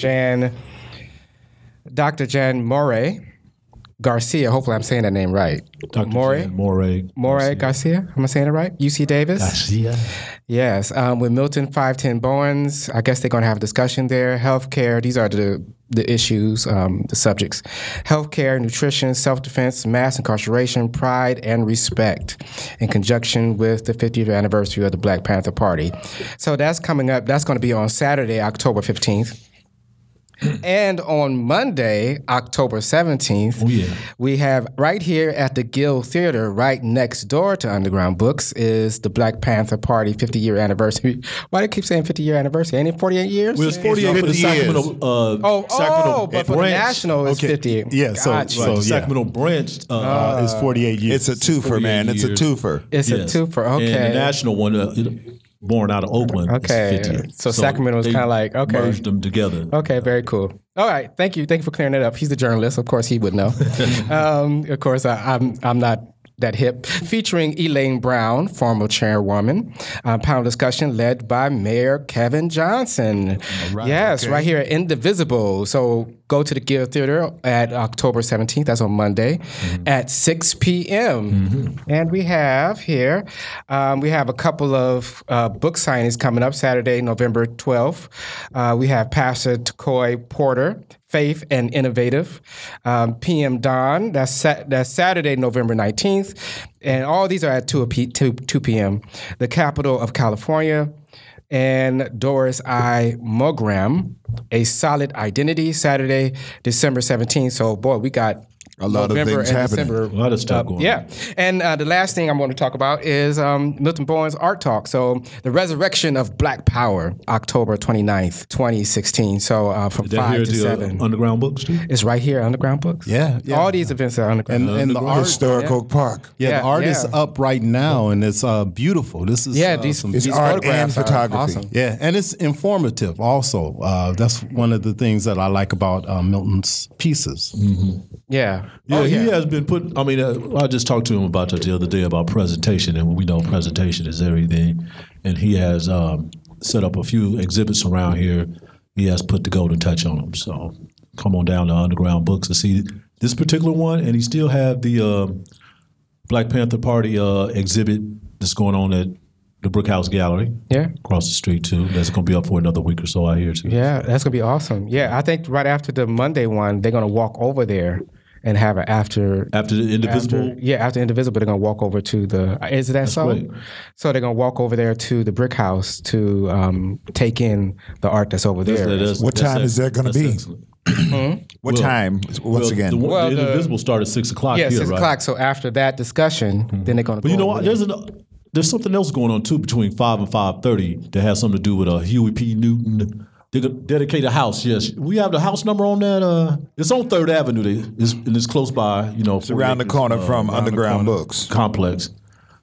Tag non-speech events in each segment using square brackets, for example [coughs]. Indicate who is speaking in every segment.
Speaker 1: Jan, Dr. Jan More Garcia. Hopefully, I'm saying that name right.
Speaker 2: Dr.
Speaker 1: More
Speaker 2: Jan Morey.
Speaker 1: More Garcia. Am I saying it right? UC Davis.
Speaker 2: Garcia.
Speaker 1: Yes, um, with Milton 510 Bowens, I guess they're going to have a discussion there. Healthcare, these are the, the issues, um, the subjects. Healthcare, nutrition, self defense, mass incarceration, pride, and respect in conjunction with the 50th anniversary of the Black Panther Party. So that's coming up. That's going to be on Saturday, October 15th. And on Monday, October 17th,
Speaker 2: Oh, yeah.
Speaker 1: we have right here at the Guild Theater, right next door to Underground Books, is the Black Panther Party 50 year anniversary. [laughs] Why do I keep saying 50 year anniversary? Ain't it 48 years?
Speaker 2: Well, it's 48 for the
Speaker 3: 50
Speaker 2: Sacramento. Uh,
Speaker 1: oh,
Speaker 2: Sacramento
Speaker 1: oh, but for the
Speaker 2: branch.
Speaker 1: national, it's
Speaker 2: Okay.
Speaker 1: 50.
Speaker 3: Yeah, so-
Speaker 1: Gotcha.
Speaker 3: so-
Speaker 2: The
Speaker 3: yeah.
Speaker 2: Sacramento branch. Uh,
Speaker 3: It's 48 years.
Speaker 4: It's a twofer, man. It's a twofer.
Speaker 1: Oh, it's
Speaker 2: yes.
Speaker 1: a twofer. Okay.
Speaker 2: And the national one, uh, it- born out of Oakland. is
Speaker 1: Okay.
Speaker 2: 50.
Speaker 1: So Sacramento's
Speaker 2: they
Speaker 1: kinda like, okay.
Speaker 2: Merged them together.
Speaker 1: Okay, very cool. All right, thank you, thank you for clearing it up. He's a journalist, of course he would know. um, of course, I, I'm I'm not that hip. Featuring Elaine Brown, former chairwoman, uh, panel discussion led by Mayor Kevin Johnson. yes, right here at Indivisible. So go to the Guild Theater at October 17th. That's on Monday at 6 p.m. And we have here, um, we have a couple of uh, book signings coming up Saturday, November 12th. Uh, we have Pastor Takoi Porter, Faith and Innovative, um, PM Don. That's sa- that's Saturday, November 19th. And all these are at 2, p- 2, 2 p.m. The capital of California and Doris I. Mogram, A Solid Identity, Saturday, December 17th. So, boy, we got
Speaker 4: A lot of
Speaker 1: November
Speaker 4: things
Speaker 1: and
Speaker 4: happening.
Speaker 1: December.
Speaker 2: A lot of stuff going on.
Speaker 1: Yeah. And uh, the last thing I'm going to talk about is um, Milton Bowen's Art Talk. So, the resurrection of Black Power, October 29th, 2016. So, uh, from
Speaker 2: That
Speaker 1: 5
Speaker 2: here
Speaker 1: to
Speaker 2: is the, uh,
Speaker 1: 7.
Speaker 2: Underground Books, too.
Speaker 1: it's right here, Underground Books.
Speaker 3: Yeah, yeah.
Speaker 1: All these events are Underground.
Speaker 3: and uh, the art,
Speaker 4: Historical Park.
Speaker 3: yeah,
Speaker 1: Yeah,
Speaker 3: the art is
Speaker 1: yeah.
Speaker 3: up right now, and it's uh, beautiful. This is
Speaker 1: yeah,
Speaker 3: uh,
Speaker 1: these,
Speaker 3: some-
Speaker 1: these
Speaker 4: It's art and
Speaker 1: photographs are
Speaker 4: photography.
Speaker 1: Awesome.
Speaker 3: yeah, and it's informative. Also, uh, that's one of the things that I like about uh, Milton's pieces.
Speaker 4: Mm-hmm.
Speaker 1: Yeah.
Speaker 2: Yeah,
Speaker 1: Oh,
Speaker 2: he has been put. I mean, uh, I just talked to him about that the other day about presentation, and we know presentation is everything. And he has um, set up a few exhibits around here. He has put the golden touch on them. So come on down to Underground Books to see this particular one, and he still have the um Black Panther Party uh, exhibit that's going on at the Brookhouse Gallery.
Speaker 1: Yeah.
Speaker 2: across the street too. That's going to be up for another week or so. I hear too.
Speaker 1: Yeah, that's gonna be awesome. Yeah, I think right after the Monday one, they're gonna walk over there and have an after.
Speaker 2: After the Indivisible,
Speaker 1: after- yeah, after Indivisible, they're gonna walk over to the. Is that so?
Speaker 2: great.
Speaker 1: So they're gonna walk over there to the brick house to um, take in the art that's over there.
Speaker 2: that is-
Speaker 4: What
Speaker 2: that's
Speaker 4: time is that
Speaker 2: ex-
Speaker 4: gonna
Speaker 2: that's
Speaker 4: be?
Speaker 2: excellent.
Speaker 4: What time? Once
Speaker 2: Well, the,
Speaker 4: again,
Speaker 2: one-
Speaker 1: Well,
Speaker 2: the
Speaker 1: the-
Speaker 2: Indivisible start at six o'clock.
Speaker 1: yeah,
Speaker 2: here,
Speaker 1: six
Speaker 2: right? Mm-hmm.
Speaker 1: o'clock. So after that discussion, then they're gonna.
Speaker 2: But you know what? There's an there's something else going on too between five and five thirty that has something to do with a Huey P. Newton. They could dedicate a house. Yes, we have the house number on that. Uh, it's on Third Avenue. They, it's, and it's close by. You know, it's
Speaker 4: around the corner from Underground Books.
Speaker 2: complex.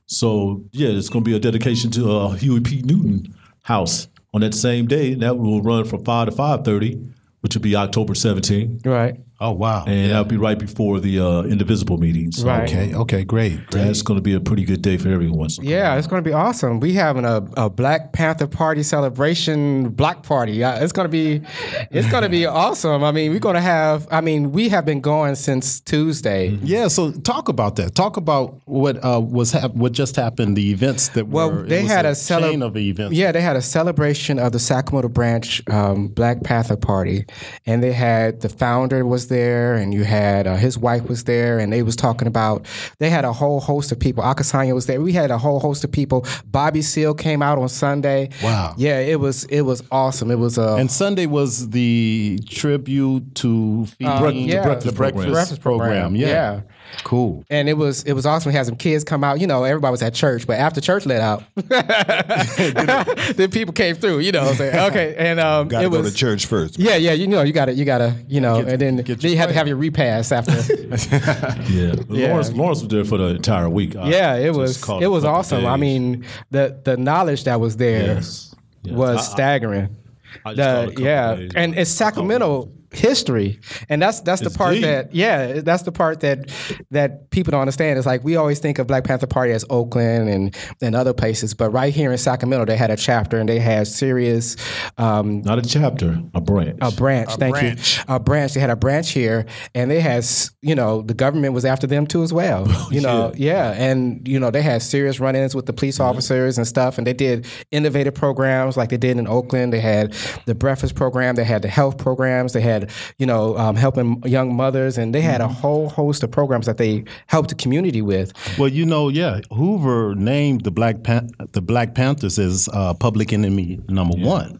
Speaker 2: So yeah, it's going to be a dedication to uh, Huey P. Newton house on that same day. And that will run from five to five thirty, which will be October seventeenth,
Speaker 1: right.
Speaker 3: Oh wow!
Speaker 2: and that'll be right before the uh, Indivisible meeting. So
Speaker 1: Right.
Speaker 3: Okay, okay, great. great.
Speaker 2: That's going to be a pretty good day for everyone. So
Speaker 1: Yeah, it's going to be awesome. We having a, a Black Panther Party celebration block party. Uh, It's going to be, it's going to
Speaker 2: [laughs]
Speaker 1: be awesome. I mean, we're going to have. I mean, we have been going since Tuesday.
Speaker 2: Mm-hmm.
Speaker 3: Yeah, so talk about that. Talk about what uh, was hap- what just happened. The events that
Speaker 1: Well,
Speaker 3: were. it
Speaker 1: they
Speaker 3: was
Speaker 1: had a,
Speaker 3: chain
Speaker 1: celeb-
Speaker 3: of events.
Speaker 1: Yeah, they had a celebration of the Sacramento branch um, Black Panther Party, and they had the founder was there, and you had uh, his wife was there, and they was talking about. They had a whole host of people. Akasanya was there. We had a whole host of people. Bobby Seal came out on Sunday.
Speaker 3: Wow.
Speaker 1: Yeah, it was it was awesome. It was a
Speaker 3: And Sunday was the tribute to feeding
Speaker 1: Uh, yeah.
Speaker 3: the breakfast,
Speaker 1: The
Speaker 2: breakfast
Speaker 1: breakfast
Speaker 3: program.
Speaker 1: program,
Speaker 3: Yeah.
Speaker 1: yeah.
Speaker 3: cool.
Speaker 1: and it was it was awesome. We had some kids come out. You know, everybody was at church, but after church let out, [laughs] then people came through. You know, saying, okay, and um,
Speaker 4: gotta
Speaker 1: it
Speaker 4: go
Speaker 1: was
Speaker 4: to church first.
Speaker 1: Yeah, yeah, you know, you gotta, you gotta, you know, and then, then you have to have your repass
Speaker 2: [laughs]
Speaker 1: after.
Speaker 2: Yeah. Lawrence, Lawrence was there for the entire week. I
Speaker 1: yeah, it
Speaker 2: just
Speaker 1: was,
Speaker 2: caught
Speaker 1: it
Speaker 2: a
Speaker 1: was
Speaker 2: couple
Speaker 1: awesome. I
Speaker 2: days.
Speaker 1: mean, the the knowledge that was there
Speaker 2: Yes. Yes.
Speaker 1: was
Speaker 2: I- I-
Speaker 1: staggering.
Speaker 2: I just caught a
Speaker 1: The,
Speaker 2: couple
Speaker 1: yeah,
Speaker 2: days.
Speaker 1: and it's Sacramento. history, and that's that's the part
Speaker 2: deep.
Speaker 1: that yeah, that's the part that that people don't understand. It's like we always think of Black Panther Party as Oakland and and other places, but right here in Sacramento, they had a chapter and they had serious um,
Speaker 2: Not a chapter, a branch.
Speaker 1: a branch. thank
Speaker 4: branch.
Speaker 1: you. A branch. They had a branch here, and they had, s- you know, the government was after them too as well. You know, yeah, and you know they had serious run-ins with the police officers and stuff, and they did innovative programs like they did in Oakland. They had the breakfast program, they had the health programs, they had, you know, um, helping young mothers, and they had a whole host of programs that they helped the community with.
Speaker 3: Well, you know, yeah, Hoover named the Black Pan- the Black Panthers as uh, public enemy number one.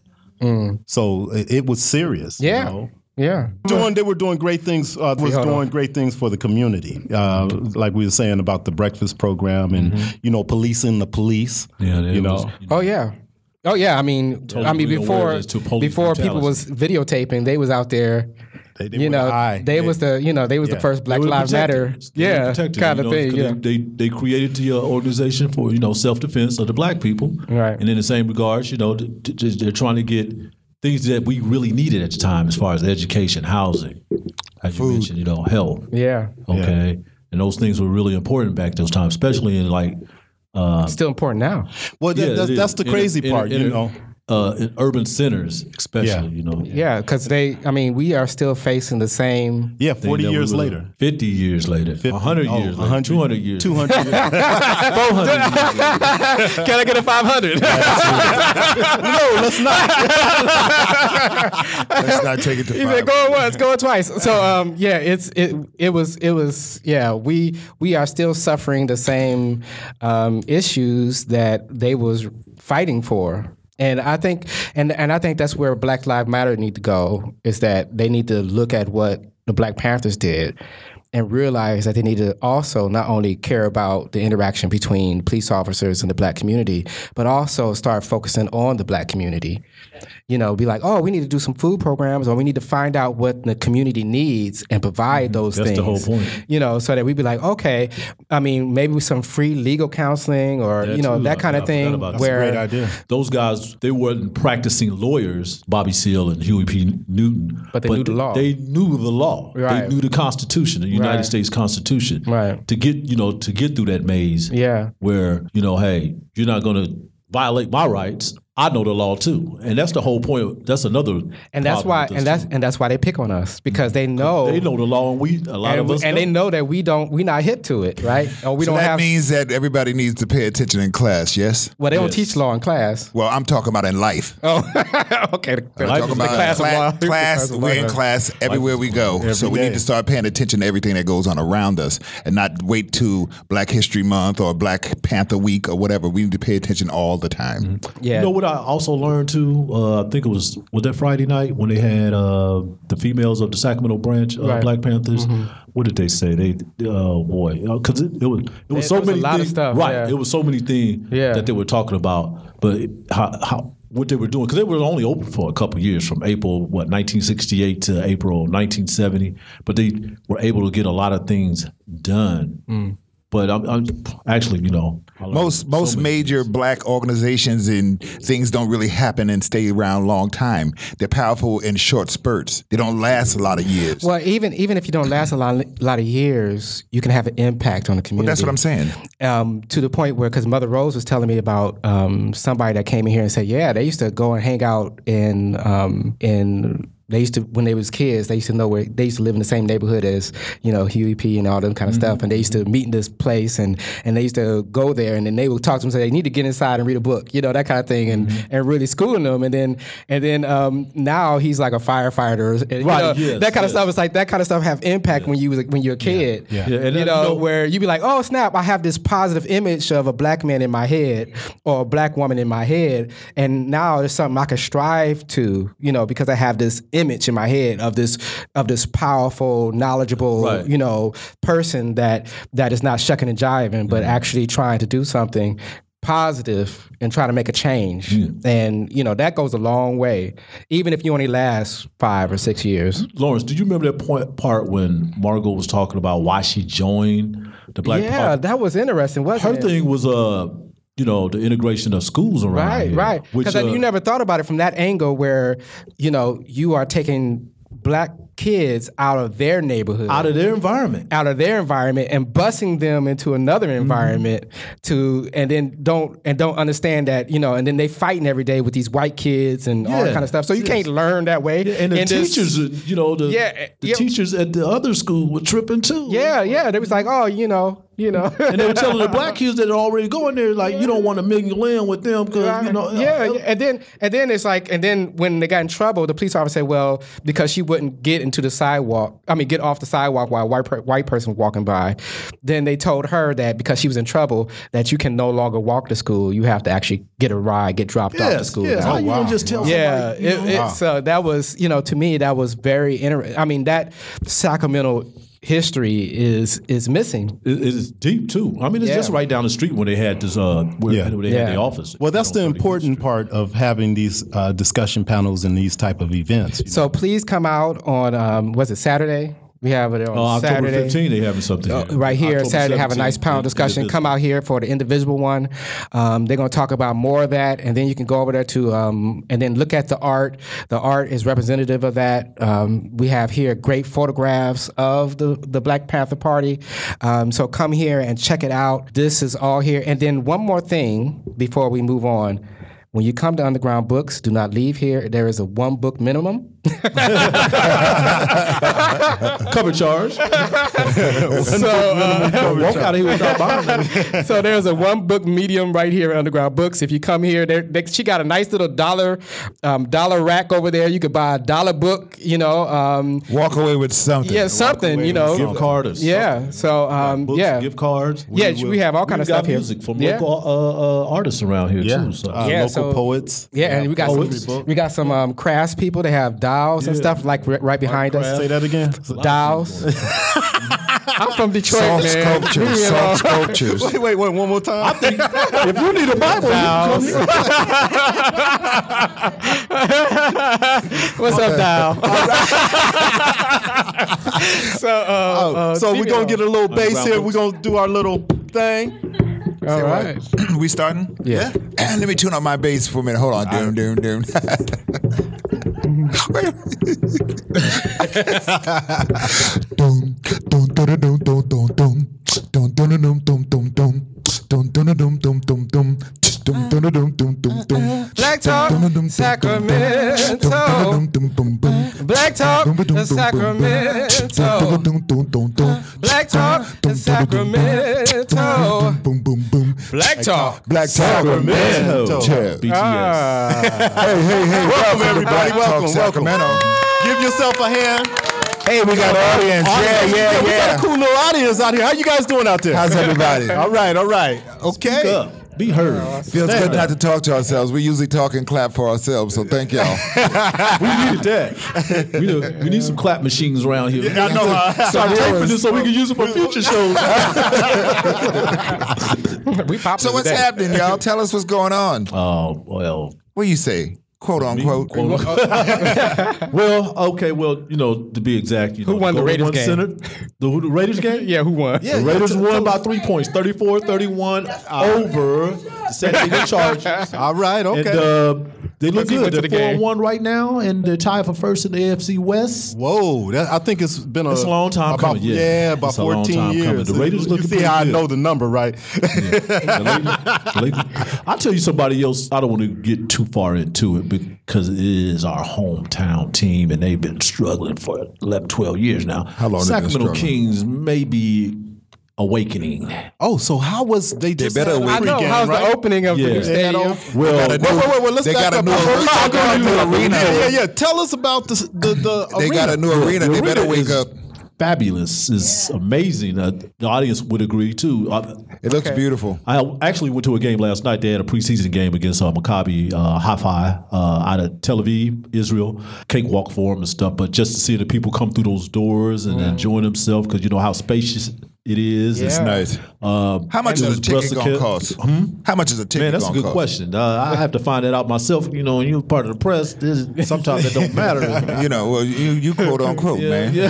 Speaker 3: So it, it was serious. you
Speaker 1: Mm. Yeah.
Speaker 3: know.
Speaker 1: Yeah.
Speaker 3: Doing, they were doing great things. Uh, was
Speaker 1: hold
Speaker 3: doing
Speaker 1: on.
Speaker 3: great things for the community, uh, like we were saying about the breakfast program and you know policing the police.
Speaker 2: Mm-hmm. Yeah, they
Speaker 3: you know,
Speaker 2: was-
Speaker 1: Oh yeah. Oh yeah, I mean, I mean
Speaker 2: aware
Speaker 1: before
Speaker 2: as to police
Speaker 1: before people
Speaker 2: brutality.
Speaker 1: was videotaping, they was out there.
Speaker 3: They- they
Speaker 1: you
Speaker 3: were
Speaker 1: know,
Speaker 3: the eye.
Speaker 1: they,
Speaker 3: They-
Speaker 1: was the you know they was the
Speaker 3: yeah.
Speaker 1: first Black
Speaker 2: They were
Speaker 1: Lives Matter,
Speaker 2: protectors. They were
Speaker 1: yeah,
Speaker 2: protectors,
Speaker 1: kind of
Speaker 2: you know,
Speaker 1: thing.
Speaker 2: 'cause
Speaker 1: Yeah.
Speaker 2: They, they they created the uh, organization for you know self defense of the black people,
Speaker 1: Right.
Speaker 2: And in the same regards, you know, th- th- th- they're trying to get things that we really needed at the time, as far as education, housing, as you mentioned, you know, health.
Speaker 1: yeah,
Speaker 2: Okay, and those things were really important back those times, especially in like
Speaker 1: still important now.
Speaker 3: well, that,
Speaker 2: Yeah,
Speaker 3: that's,
Speaker 2: it
Speaker 3: that's
Speaker 2: is.
Speaker 3: the
Speaker 2: In a-
Speaker 3: crazy
Speaker 2: in a-
Speaker 3: part.
Speaker 2: in
Speaker 3: you
Speaker 2: a-
Speaker 3: know,
Speaker 2: uh, in urban centers, especially,
Speaker 3: Yeah.
Speaker 2: you know,
Speaker 1: Yeah, because they, I mean, we are still facing the same.
Speaker 3: yeah, forty
Speaker 2: Thing that
Speaker 3: years
Speaker 2: we really-
Speaker 3: later.
Speaker 2: 50 years later, 100
Speaker 3: Oh,
Speaker 2: years
Speaker 3: 100,
Speaker 2: later, 200 years
Speaker 3: 200 years.
Speaker 2: 400 years later.
Speaker 1: [laughs] Can I get a five hundred? [laughs]
Speaker 3: no, let's not.
Speaker 1: [laughs]
Speaker 4: Let's not take it to
Speaker 1: He said,
Speaker 4: five.
Speaker 1: "Going once, going twice." So, um, yeah, it's it it was it was yeah. We we are still suffering the same um, issues that they was fighting for, and I think and and I think that's where Black Lives Matter need to go is that they need to look at what the Black Panthers did. And realize that they need to also not only care about the interaction between police officers and the black community, but also start focusing on the black community you know, be like, oh, we need to do some food programs, or we need to find out what the community needs and provide those
Speaker 2: Mm-hmm. That's
Speaker 1: things.
Speaker 2: the whole point.
Speaker 1: You know, so that we'd be like, okay, I mean, maybe some free legal counseling or you know
Speaker 2: too.
Speaker 1: that kind
Speaker 2: I- I
Speaker 1: of thing.
Speaker 2: forgot about that.
Speaker 1: where
Speaker 3: Great idea.
Speaker 2: Those guys, they weren't practicing lawyers, Bobby Seale and Huey P. Newton.
Speaker 1: But they knew the law.
Speaker 2: They knew the law.
Speaker 1: Right.
Speaker 2: They knew the Constitution, the United
Speaker 1: Right.
Speaker 2: States Constitution.
Speaker 1: Right.
Speaker 2: To get, you know, to get through that maze.
Speaker 1: Yeah.
Speaker 2: Where, you know, hey, you're not gonna violate my rights. I know the law too. And that's the whole point. That's another
Speaker 1: and that's
Speaker 2: problem
Speaker 1: why
Speaker 2: with this
Speaker 1: and that's and that's why they pick on us because they know
Speaker 2: they know the law and we a lot
Speaker 1: and,
Speaker 2: of
Speaker 1: we-
Speaker 2: us
Speaker 1: and they
Speaker 2: don't.
Speaker 1: know that we don't we not hit to it right or we
Speaker 4: So
Speaker 1: don't
Speaker 4: that
Speaker 1: have
Speaker 4: means that everybody needs to pay attention in class, yes?
Speaker 1: well they don't
Speaker 2: Yes.
Speaker 1: teach law in
Speaker 4: [laughs]
Speaker 1: class.
Speaker 4: Well, I'm talking about in life.
Speaker 1: Oh, okay. The,
Speaker 2: Life is
Speaker 4: Talking about uh,
Speaker 2: a
Speaker 1: class of
Speaker 4: cla-
Speaker 1: law.
Speaker 4: class, we're in class everywhere we go. so we need to start paying attention to everything that goes on around us and not wait to Black History Month or Black Panther Week or whatever. We need to pay attention all the time.
Speaker 1: yeah.
Speaker 2: You know what I also learned too? Uh, I think it was was that Friday night when they had uh, the females of the Sacramento branch of
Speaker 1: Right. Mm-hmm.
Speaker 2: Black Panthers. What did they say? They oh boy, because it, it was it was so
Speaker 1: there was a
Speaker 2: many
Speaker 1: lot of
Speaker 2: things,
Speaker 1: stuff,
Speaker 2: Right,
Speaker 1: yeah.
Speaker 2: it was so many things
Speaker 1: Yeah.
Speaker 2: that they were talking about, but it- how. how what they were doing because they were only open for a couple of years from April what 1968 to April 1970, but they were able to get a lot of things done.
Speaker 1: Mm.
Speaker 2: But I'm, I'm actually, you know, I learned
Speaker 4: Most
Speaker 2: so
Speaker 4: most
Speaker 2: many
Speaker 4: major black organizations and things don't really happen and stay around a long time. They're powerful in short spurts. They don't last a lot of years.
Speaker 1: Well, even even if you don't last a lot, lot of years, you can have an impact on the community.
Speaker 4: That's what I'm saying.
Speaker 1: um, to the point where, because Mother Rose was telling me about um, somebody that came in here and said, yeah, they used to go and hang out in um, in. They used to when they was kids. They used to know where they used to live in the same neighborhood as you know Huey P and all them kind of
Speaker 2: Mm-hmm.
Speaker 1: stuff. And they used to meet in this place and and they used to go there and then they would talk to them and say they need to get inside and read a book, you know that kind of thing, and
Speaker 2: Mm-hmm.
Speaker 1: and really schooling them. And then and then um, now he's like a firefighter, and, you
Speaker 2: Right,
Speaker 1: know,
Speaker 2: yes,
Speaker 1: that kind of
Speaker 2: yes.
Speaker 1: stuff. It's like that kind of stuff have impact when you was when you're a kid.
Speaker 2: Yeah, and
Speaker 1: you
Speaker 2: that-
Speaker 1: know
Speaker 2: you know-
Speaker 1: where you be like, oh snap, I have this positive image of a black man in my head or a black woman in my head, and now there's something I can strive to, you know, because I have this image in my head of this of this powerful, knowledgeable,
Speaker 2: Right.
Speaker 1: you know, person that that is not shucking and jiving, but actually trying to do something positive and trying to make a change and you know that goes a long way even if you only last five or six years
Speaker 2: Lawrence, do you remember that point part when Margot was talking about why she joined the Black
Speaker 1: yeah
Speaker 2: Panther?
Speaker 1: that was interesting wasn't
Speaker 2: Her
Speaker 1: it?
Speaker 2: thing was uh, you know, the integration of schools around
Speaker 1: Right,
Speaker 2: here,
Speaker 1: right.
Speaker 2: Which
Speaker 1: Because
Speaker 2: uh,
Speaker 1: you never thought about it from that angle where, you know, you are taking black kids out of their neighborhood,
Speaker 2: out of their environment.
Speaker 1: out of their environment and busing them into another
Speaker 2: Mm-hmm.
Speaker 1: environment to and then don't and don't understand that you know and then they fighting every day with these white kids and all that
Speaker 2: Yeah.
Speaker 1: kind of stuff so you can't learn that way
Speaker 2: And the
Speaker 1: this-
Speaker 2: teachers, uh, you know, the,
Speaker 1: Yeah,
Speaker 2: the
Speaker 1: yeah.
Speaker 2: teachers at the other school were tripping too.
Speaker 1: yeah yeah they was like oh you know you know
Speaker 2: [laughs] And they were telling the black kids that are already going there, like, you don't want to mingle in with them because, you know.
Speaker 1: yeah,
Speaker 2: uh,
Speaker 1: yeah. and then and then it's like, and then when they got in trouble, the police officer said, "Well, because she wouldn't get into the sidewalk, I mean, get off the sidewalk while a white per- white person was walking by." Then they told her that because she was in trouble, that you can no longer walk to school. You have to actually get a ride, get dropped off to
Speaker 2: Yes,
Speaker 1: school.
Speaker 2: yes. Oh, How
Speaker 1: now.
Speaker 2: you gonna just tell
Speaker 1: Yeah,
Speaker 2: somebody? you
Speaker 1: it,
Speaker 2: know?
Speaker 1: it, so that was you know to me that was very interesting. I mean that Sacramento history is is missing.
Speaker 2: It- it's deep too. I mean, it's
Speaker 1: Yeah.
Speaker 2: just right down the street when they had this, uh, where
Speaker 3: Yeah.
Speaker 2: they
Speaker 1: Yeah.
Speaker 2: had the office.
Speaker 3: Well, that's
Speaker 2: You
Speaker 3: the
Speaker 2: know,
Speaker 3: important part of having these uh, discussion panels and these type of events. you
Speaker 1: So please come out on um, was it Saturday? We have it on
Speaker 2: Uh, October
Speaker 1: Saturday. Oh,
Speaker 2: 15, they having something here.
Speaker 1: right here
Speaker 2: October
Speaker 1: Saturday. Have a
Speaker 2: 17,
Speaker 1: nice panel
Speaker 2: it- it
Speaker 1: discussion.
Speaker 2: is-
Speaker 1: Come out here for the individual one. Um, they're going to talk about more of that, and then you can go over there to um, and then look at the art. The art is representative of that. Um, we have here great photographs of the the Black Panther Party. Um, so come here and check it out. This is all here. And then one more thing before we move on. When you come to Underground Books, do not leave here. There is a one book minimum.
Speaker 2: [laughs] Cover charge.
Speaker 1: so, uh, [laughs]
Speaker 2: Walk out of here without buying it.
Speaker 1: so there's a one book medium right here at Underground Books. If you come here, there they, she got a nice little dollar um, dollar rack over there. You could buy a dollar book, you know. Um,
Speaker 4: Walk away with something.
Speaker 1: yeah, something,
Speaker 4: away
Speaker 1: you
Speaker 4: with
Speaker 1: know.
Speaker 2: Gift card or
Speaker 1: Yeah. So um,
Speaker 2: Books,
Speaker 1: yeah.
Speaker 2: gift cards.
Speaker 1: Yeah, we have all kind of
Speaker 2: got
Speaker 1: stuff here.
Speaker 2: music from
Speaker 1: Yeah.
Speaker 2: local uh, uh, artists around here
Speaker 3: know.
Speaker 2: too. So.
Speaker 3: Uh,
Speaker 1: Yeah,
Speaker 3: local
Speaker 1: so-
Speaker 3: poets.
Speaker 1: yeah, and we got
Speaker 2: Oh, it's-
Speaker 1: some we got some um, crafts people. They have dolls and stuff like ri- right behind
Speaker 3: Say
Speaker 1: us.
Speaker 3: that again.
Speaker 1: [laughs]
Speaker 2: [laughs]
Speaker 1: Dolls. I'm from Detroit,
Speaker 4: Soft
Speaker 1: man. Leave [laughs]
Speaker 4: sculptures.
Speaker 1: me alone.
Speaker 4: Soft sculptures.
Speaker 3: wait, wait, one more time.
Speaker 2: if you need a Bible, you can come here.
Speaker 1: [laughs] What's up, doll? [laughs] so, uh,
Speaker 4: Oh,
Speaker 1: uh,
Speaker 3: [laughs] so we're
Speaker 1: female.
Speaker 3: gonna get a little bass here. We're gonna do our little thing.
Speaker 1: All right.
Speaker 4: we starting?
Speaker 1: Yeah.
Speaker 4: And let me tune up my bass for a minute. Hold on. Doom, doom, doom.
Speaker 5: dum dum dum dum dum dum dum dum dum dum dum dum dum dum dum dum dum dum dum dum dum dum dum dum dum
Speaker 1: Black Talk Sacramento. Black Talk Sacramento. Black Talk Sacramento. Black Talk.
Speaker 4: Black Sacramento.
Speaker 2: BTS.
Speaker 1: Ah.
Speaker 4: Hey, hey, hey. Welcome,
Speaker 3: everybody.
Speaker 4: Black Talk
Speaker 3: Welcome, welcome.
Speaker 4: Sacramento.
Speaker 3: Give yourself a hand.
Speaker 4: Hey, we got an audience. Yeah, yeah,
Speaker 3: We got a
Speaker 4: yeah.
Speaker 3: cool little audience out here. How you guys doing out there? [laughs]
Speaker 4: How's everybody?
Speaker 3: all right, all right.
Speaker 4: Okay.
Speaker 2: Up. Be heard.
Speaker 4: Feels good not to talk to ourselves. We usually talk and clap for ourselves, so thank y'all.
Speaker 2: we needed that.
Speaker 3: [laughs]
Speaker 2: We, need- we need some clap machines around here.
Speaker 3: I know. huh? [laughs]
Speaker 2: Start taping this so we can use it for future shows.
Speaker 1: We popping
Speaker 4: so what's
Speaker 1: today.
Speaker 4: happening, y'all? Tell us what's going on.
Speaker 2: Oh well.
Speaker 4: What do you say? Quote unquote.
Speaker 2: Well, okay. Well, you know, to be exact, you who know,
Speaker 1: won the Raiders
Speaker 2: Golden One Center, the, who-
Speaker 1: [laughs]
Speaker 2: the Raiders game.
Speaker 1: Yeah, who won?
Speaker 2: The Raiders won by three points, 34-31
Speaker 1: Ah.
Speaker 2: over the
Speaker 1: [laughs]
Speaker 2: San Diego Chargers.
Speaker 3: All right, okay.
Speaker 2: And uh, they look
Speaker 1: he went to
Speaker 2: good. They're
Speaker 1: the
Speaker 2: four
Speaker 1: game.
Speaker 2: and one right now, and they're tied for first in the AFC West.
Speaker 3: Whoa, that, I think it's been a,
Speaker 2: It's a long time
Speaker 3: about,
Speaker 2: coming, yeah.
Speaker 3: about
Speaker 2: It's a long
Speaker 3: 14
Speaker 2: time
Speaker 3: years.
Speaker 2: coming. The Raiders
Speaker 3: you
Speaker 2: looking
Speaker 3: see
Speaker 2: pretty
Speaker 3: how I
Speaker 2: good.
Speaker 3: know the number, right?
Speaker 2: I tell you somebody else. I don't want to get too far into it because it is our hometown team, and they've been struggling for 11, 12 years now. How
Speaker 4: long they been
Speaker 2: Sacramento
Speaker 4: struggling?
Speaker 2: Kings may be awakening.
Speaker 3: oh, so how was [laughs] they just
Speaker 4: better
Speaker 3: had a
Speaker 4: win.
Speaker 1: I know.
Speaker 3: pregame,
Speaker 1: How's
Speaker 3: right?
Speaker 1: the opening of the
Speaker 2: Yeah.
Speaker 1: new
Speaker 3: They had
Speaker 1: stadium?
Speaker 3: a-
Speaker 2: Well,
Speaker 4: They
Speaker 3: Wait, wait, wait, Let's
Speaker 4: They
Speaker 3: back
Speaker 4: got a
Speaker 3: up
Speaker 4: new
Speaker 3: before we
Speaker 4: arena.
Speaker 3: talk about
Speaker 4: They got a new
Speaker 3: the
Speaker 4: arena.
Speaker 3: Yeah, yeah, yeah. Tell us about the the, the
Speaker 4: They
Speaker 3: arena.
Speaker 4: got a new arena.
Speaker 2: The
Speaker 4: They better
Speaker 2: arena
Speaker 4: wake
Speaker 2: is
Speaker 4: up.
Speaker 2: Fabulous. It's amazing. Uh, the audience would agree too. Uh, I-
Speaker 4: It looks beautiful.
Speaker 2: I actually went to a game last night. They had a preseason game against uh, Maccabi uh, Haifa uh, out of Tel Aviv, Israel. Cakewalk for them and stuff, but just to see the people come through those doors
Speaker 4: Mm.
Speaker 2: and enjoying themselves because you know how spacious it is. It's Um,
Speaker 1: Yeah.
Speaker 4: Nice. How much
Speaker 2: and
Speaker 4: is a
Speaker 2: those
Speaker 4: ticket
Speaker 2: Brussels
Speaker 4: gonna
Speaker 2: ca-
Speaker 4: cost? Hmm? How much is a ticket
Speaker 2: Man, that's a
Speaker 4: gonna
Speaker 2: good
Speaker 4: cost?
Speaker 2: question. Uh, I have to find that out myself. You know, and you're part of the press. This, sometimes it don't
Speaker 4: [laughs]
Speaker 2: matter.
Speaker 4: You know, well, you, you quote unquote,
Speaker 2: [laughs]
Speaker 4: man. [laughs]
Speaker 2: yeah,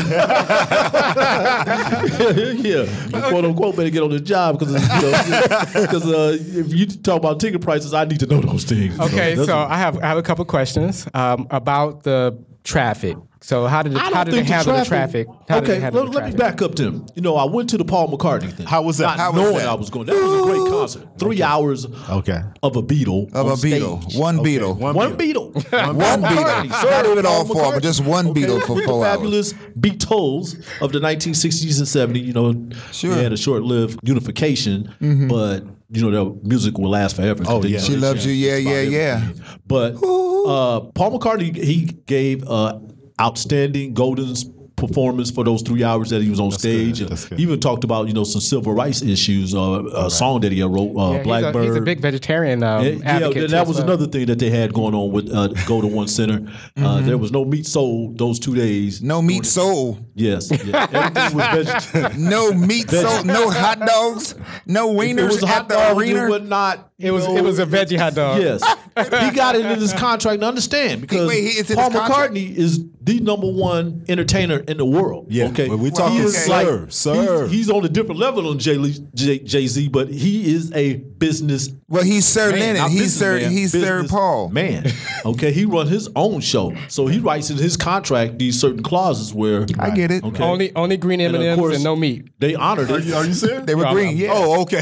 Speaker 2: quote unquote, better get on the job because you know, [laughs] 'cause, uh, if you talk about ticket prices, I need to know those things. you know.
Speaker 1: Okay,
Speaker 2: That's-
Speaker 1: so I have I have a couple questions um, about the traffic. So how did it,
Speaker 2: I don't
Speaker 1: how did they
Speaker 2: think
Speaker 1: handle the traffic? How
Speaker 2: okay,
Speaker 1: did they handle
Speaker 2: let,
Speaker 1: the
Speaker 2: let me
Speaker 1: traffic?
Speaker 2: back up then. You know, I went to the Paul McCartney thing.
Speaker 4: How was that?
Speaker 2: Not
Speaker 4: How was
Speaker 2: knowing
Speaker 4: that?
Speaker 2: I was going. That was a great concert. Three hours.
Speaker 3: Okay.
Speaker 2: Of a Beatle.
Speaker 4: Of
Speaker 2: on
Speaker 4: a Beatle.
Speaker 2: stage.
Speaker 4: One Beatle.
Speaker 2: One,
Speaker 4: One,
Speaker 2: Beatle.
Speaker 4: One
Speaker 2: [laughs]
Speaker 4: Beatle. Not even all four, but just one Beatle for
Speaker 2: the
Speaker 4: four hours.
Speaker 2: Fabulous Beatles of the 1960s and 70s. You know,
Speaker 4: Sure.
Speaker 2: they had a short-lived unification, but you know their music will last forever. Oh
Speaker 3: yeah.
Speaker 4: She Loves You, yeah, yeah, yeah.
Speaker 2: But uh, Paul McCartney, he gave uh, outstanding golden performance for those three hours that he was on stage.
Speaker 3: good. That's good.
Speaker 2: Even talked about you know some civil rights issues. Uh, a song that he wrote, uh,
Speaker 1: Yeah, he's a-
Speaker 2: Blackbird.
Speaker 1: He's a, big vegetarian um,
Speaker 2: Yeah,
Speaker 1: advocate.
Speaker 2: yeah,
Speaker 1: too,
Speaker 2: that was
Speaker 1: so-
Speaker 2: another thing that they had going on with uh, Go to One Center. Uh,
Speaker 1: Mm-hmm.
Speaker 2: there was no meat sold those two days.
Speaker 4: No meat soul.
Speaker 2: Yes.
Speaker 1: [laughs]
Speaker 2: Yeah. Everything was vegetarian.
Speaker 4: [laughs] No meat soul. No hot dogs. No
Speaker 2: If it
Speaker 4: wieners
Speaker 2: was a hot
Speaker 4: at the
Speaker 2: dog. It
Speaker 4: arena.
Speaker 2: was not.
Speaker 1: It was it was a veggie hot dog.
Speaker 2: Yes, he got it in his contract. to Understand because
Speaker 4: Wait, he- it's in
Speaker 2: Paul
Speaker 4: his contract?
Speaker 2: McCartney is the number one entertainer in the world.
Speaker 3: Yeah,
Speaker 2: okay,
Speaker 3: but we talking
Speaker 2: He is
Speaker 4: sir,
Speaker 2: like-
Speaker 3: sir.
Speaker 2: He's, he's on a different level on Jay Z, but he is a business
Speaker 4: Well, he's Sir
Speaker 2: man,
Speaker 4: Lennon.
Speaker 2: not
Speaker 4: He's Sir.
Speaker 2: businessman,
Speaker 4: He's Sir
Speaker 2: business
Speaker 4: Paul.
Speaker 2: Man,
Speaker 4: [laughs]
Speaker 2: okay, he run his own show, so he writes in his contract these certain clauses where
Speaker 4: I get it.
Speaker 2: Okay,
Speaker 1: Only only green M
Speaker 2: of
Speaker 1: and M's
Speaker 2: course-
Speaker 1: and no meat.
Speaker 2: they honored it.
Speaker 3: serious?
Speaker 4: They were green. Yeah.
Speaker 3: Oh,
Speaker 4: [laughs]
Speaker 3: okay.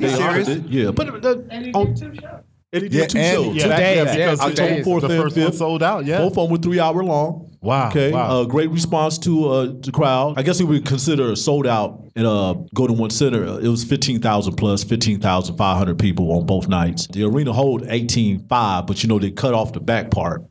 Speaker 2: they honored
Speaker 4: serious?
Speaker 2: it. Yeah, but uh,
Speaker 6: And he
Speaker 2: on-
Speaker 6: did two shows.
Speaker 2: and he did
Speaker 3: Yeah,
Speaker 2: two
Speaker 3: and-
Speaker 2: shows.
Speaker 3: yeah,
Speaker 2: Two
Speaker 3: that-
Speaker 2: days.
Speaker 3: yeah,
Speaker 1: days,
Speaker 2: because
Speaker 1: yeah, two
Speaker 2: October
Speaker 1: days.
Speaker 2: fourth
Speaker 3: The
Speaker 2: and
Speaker 3: first one
Speaker 2: fifth.
Speaker 3: sold out, yeah.
Speaker 2: both of them were three hour long.
Speaker 3: Wow,
Speaker 2: Okay.
Speaker 3: wow.
Speaker 2: Uh, great response to uh, the crowd. I guess it would consider sold out at uh, Golden One Center. It was fifteen thousand plus, fifteen thousand five hundred people on both nights. The arena hold eighteen five, but you know they cut off the back part.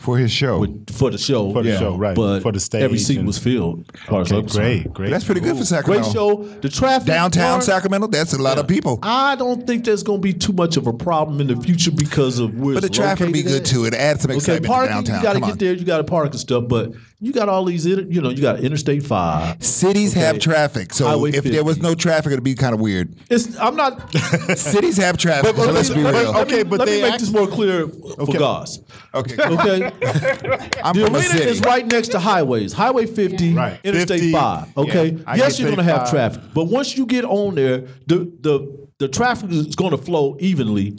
Speaker 4: For his show.
Speaker 2: with, for the show.
Speaker 3: For the show, right.
Speaker 2: But
Speaker 3: For the stage
Speaker 2: every seat
Speaker 3: and-
Speaker 2: was filled. as far as I'm concerned.
Speaker 3: great, great.
Speaker 4: That's pretty good for
Speaker 2: Great
Speaker 4: Sacramento.
Speaker 2: show. The traffic
Speaker 4: Downtown
Speaker 2: part,
Speaker 4: Sacramento. That's a lot of people.
Speaker 2: I don't think there's going to be too much of a problem in the future because of where.
Speaker 4: But the
Speaker 2: it's
Speaker 4: traffic be
Speaker 2: located
Speaker 4: good
Speaker 2: at.
Speaker 4: too. It adds some
Speaker 2: Okay,
Speaker 4: excitement to
Speaker 2: parking.
Speaker 4: downtown.
Speaker 2: You got to
Speaker 4: Come
Speaker 2: get
Speaker 4: on.
Speaker 2: there. You got to park and stuff. But you got all these. inter- You know, you got Interstate Five.
Speaker 4: Cities have traffic, so
Speaker 2: Highway
Speaker 4: if there was
Speaker 2: 50.
Speaker 4: no traffic, it'd be kind
Speaker 2: [laughs]
Speaker 4: of weird.
Speaker 2: It's. I'm not.
Speaker 4: Cities have traffic. so [laughs] let's be
Speaker 2: let me-
Speaker 4: real.
Speaker 2: let me-
Speaker 3: Okay, but
Speaker 2: let me
Speaker 3: they
Speaker 2: make
Speaker 3: act-
Speaker 2: this more clear for Goss.
Speaker 4: Okay,
Speaker 2: Okay.
Speaker 4: I'm
Speaker 2: [laughs] The
Speaker 4: from a
Speaker 2: arena
Speaker 4: city.
Speaker 2: is right next to highways. Highway 50,
Speaker 3: Right.
Speaker 2: Interstate
Speaker 3: 50,
Speaker 2: 5. Okay.
Speaker 3: yeah. I
Speaker 2: yes,
Speaker 3: get
Speaker 2: you're going to have
Speaker 3: 35.
Speaker 2: traffic, but once you get on there, the the the traffic is going to flow evenly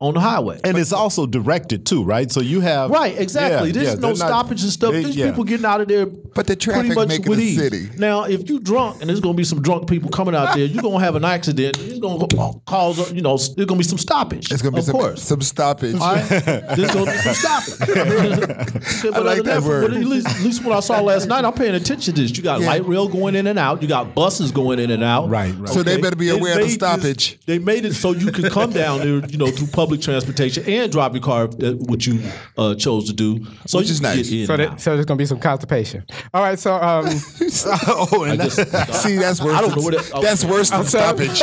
Speaker 2: on the highway.
Speaker 3: And it's also directed too, right? So you have
Speaker 2: Right, exactly.
Speaker 3: Yeah,
Speaker 2: There's
Speaker 3: yeah,
Speaker 2: no
Speaker 3: they're not-
Speaker 2: stoppage and stuff.
Speaker 3: they-
Speaker 2: There's
Speaker 3: yeah.
Speaker 2: people getting out of there.
Speaker 4: But the traffic
Speaker 2: pretty much
Speaker 4: make it
Speaker 2: with
Speaker 4: a
Speaker 2: ease.
Speaker 4: city.
Speaker 2: Now, if you drunk and there's going to be some drunk people coming out there, you're going to have an accident. It's going to cause you know there's going to be some stoppage.
Speaker 4: It's gonna be
Speaker 2: of
Speaker 4: some,
Speaker 2: course.
Speaker 4: some stoppage.
Speaker 2: All [laughs] right? There's gonna be some stopping.
Speaker 4: [laughs]
Speaker 2: But
Speaker 4: like
Speaker 2: other than
Speaker 4: that word.
Speaker 2: but At least, at least what I saw last night, I'm paying attention to this. You got light rail going in and out. You got buses going in and out.
Speaker 3: Right, right.
Speaker 4: So they better be aware of the
Speaker 2: made this-
Speaker 4: stoppage.
Speaker 2: they made it so you can come down there, you know, through public transportation and drive your car, if that what you uh, chose to do. So
Speaker 4: Which
Speaker 2: you
Speaker 4: is
Speaker 2: can
Speaker 4: nice.
Speaker 2: Get in
Speaker 1: So
Speaker 2: and
Speaker 1: that, so there's gonna be some constipation. All right, so
Speaker 4: [laughs]
Speaker 1: um,
Speaker 4: oh, and
Speaker 2: just-
Speaker 4: that- see, that's worse.
Speaker 2: I don't
Speaker 4: than,
Speaker 2: know what it- okay.
Speaker 4: That's worse than stoppage.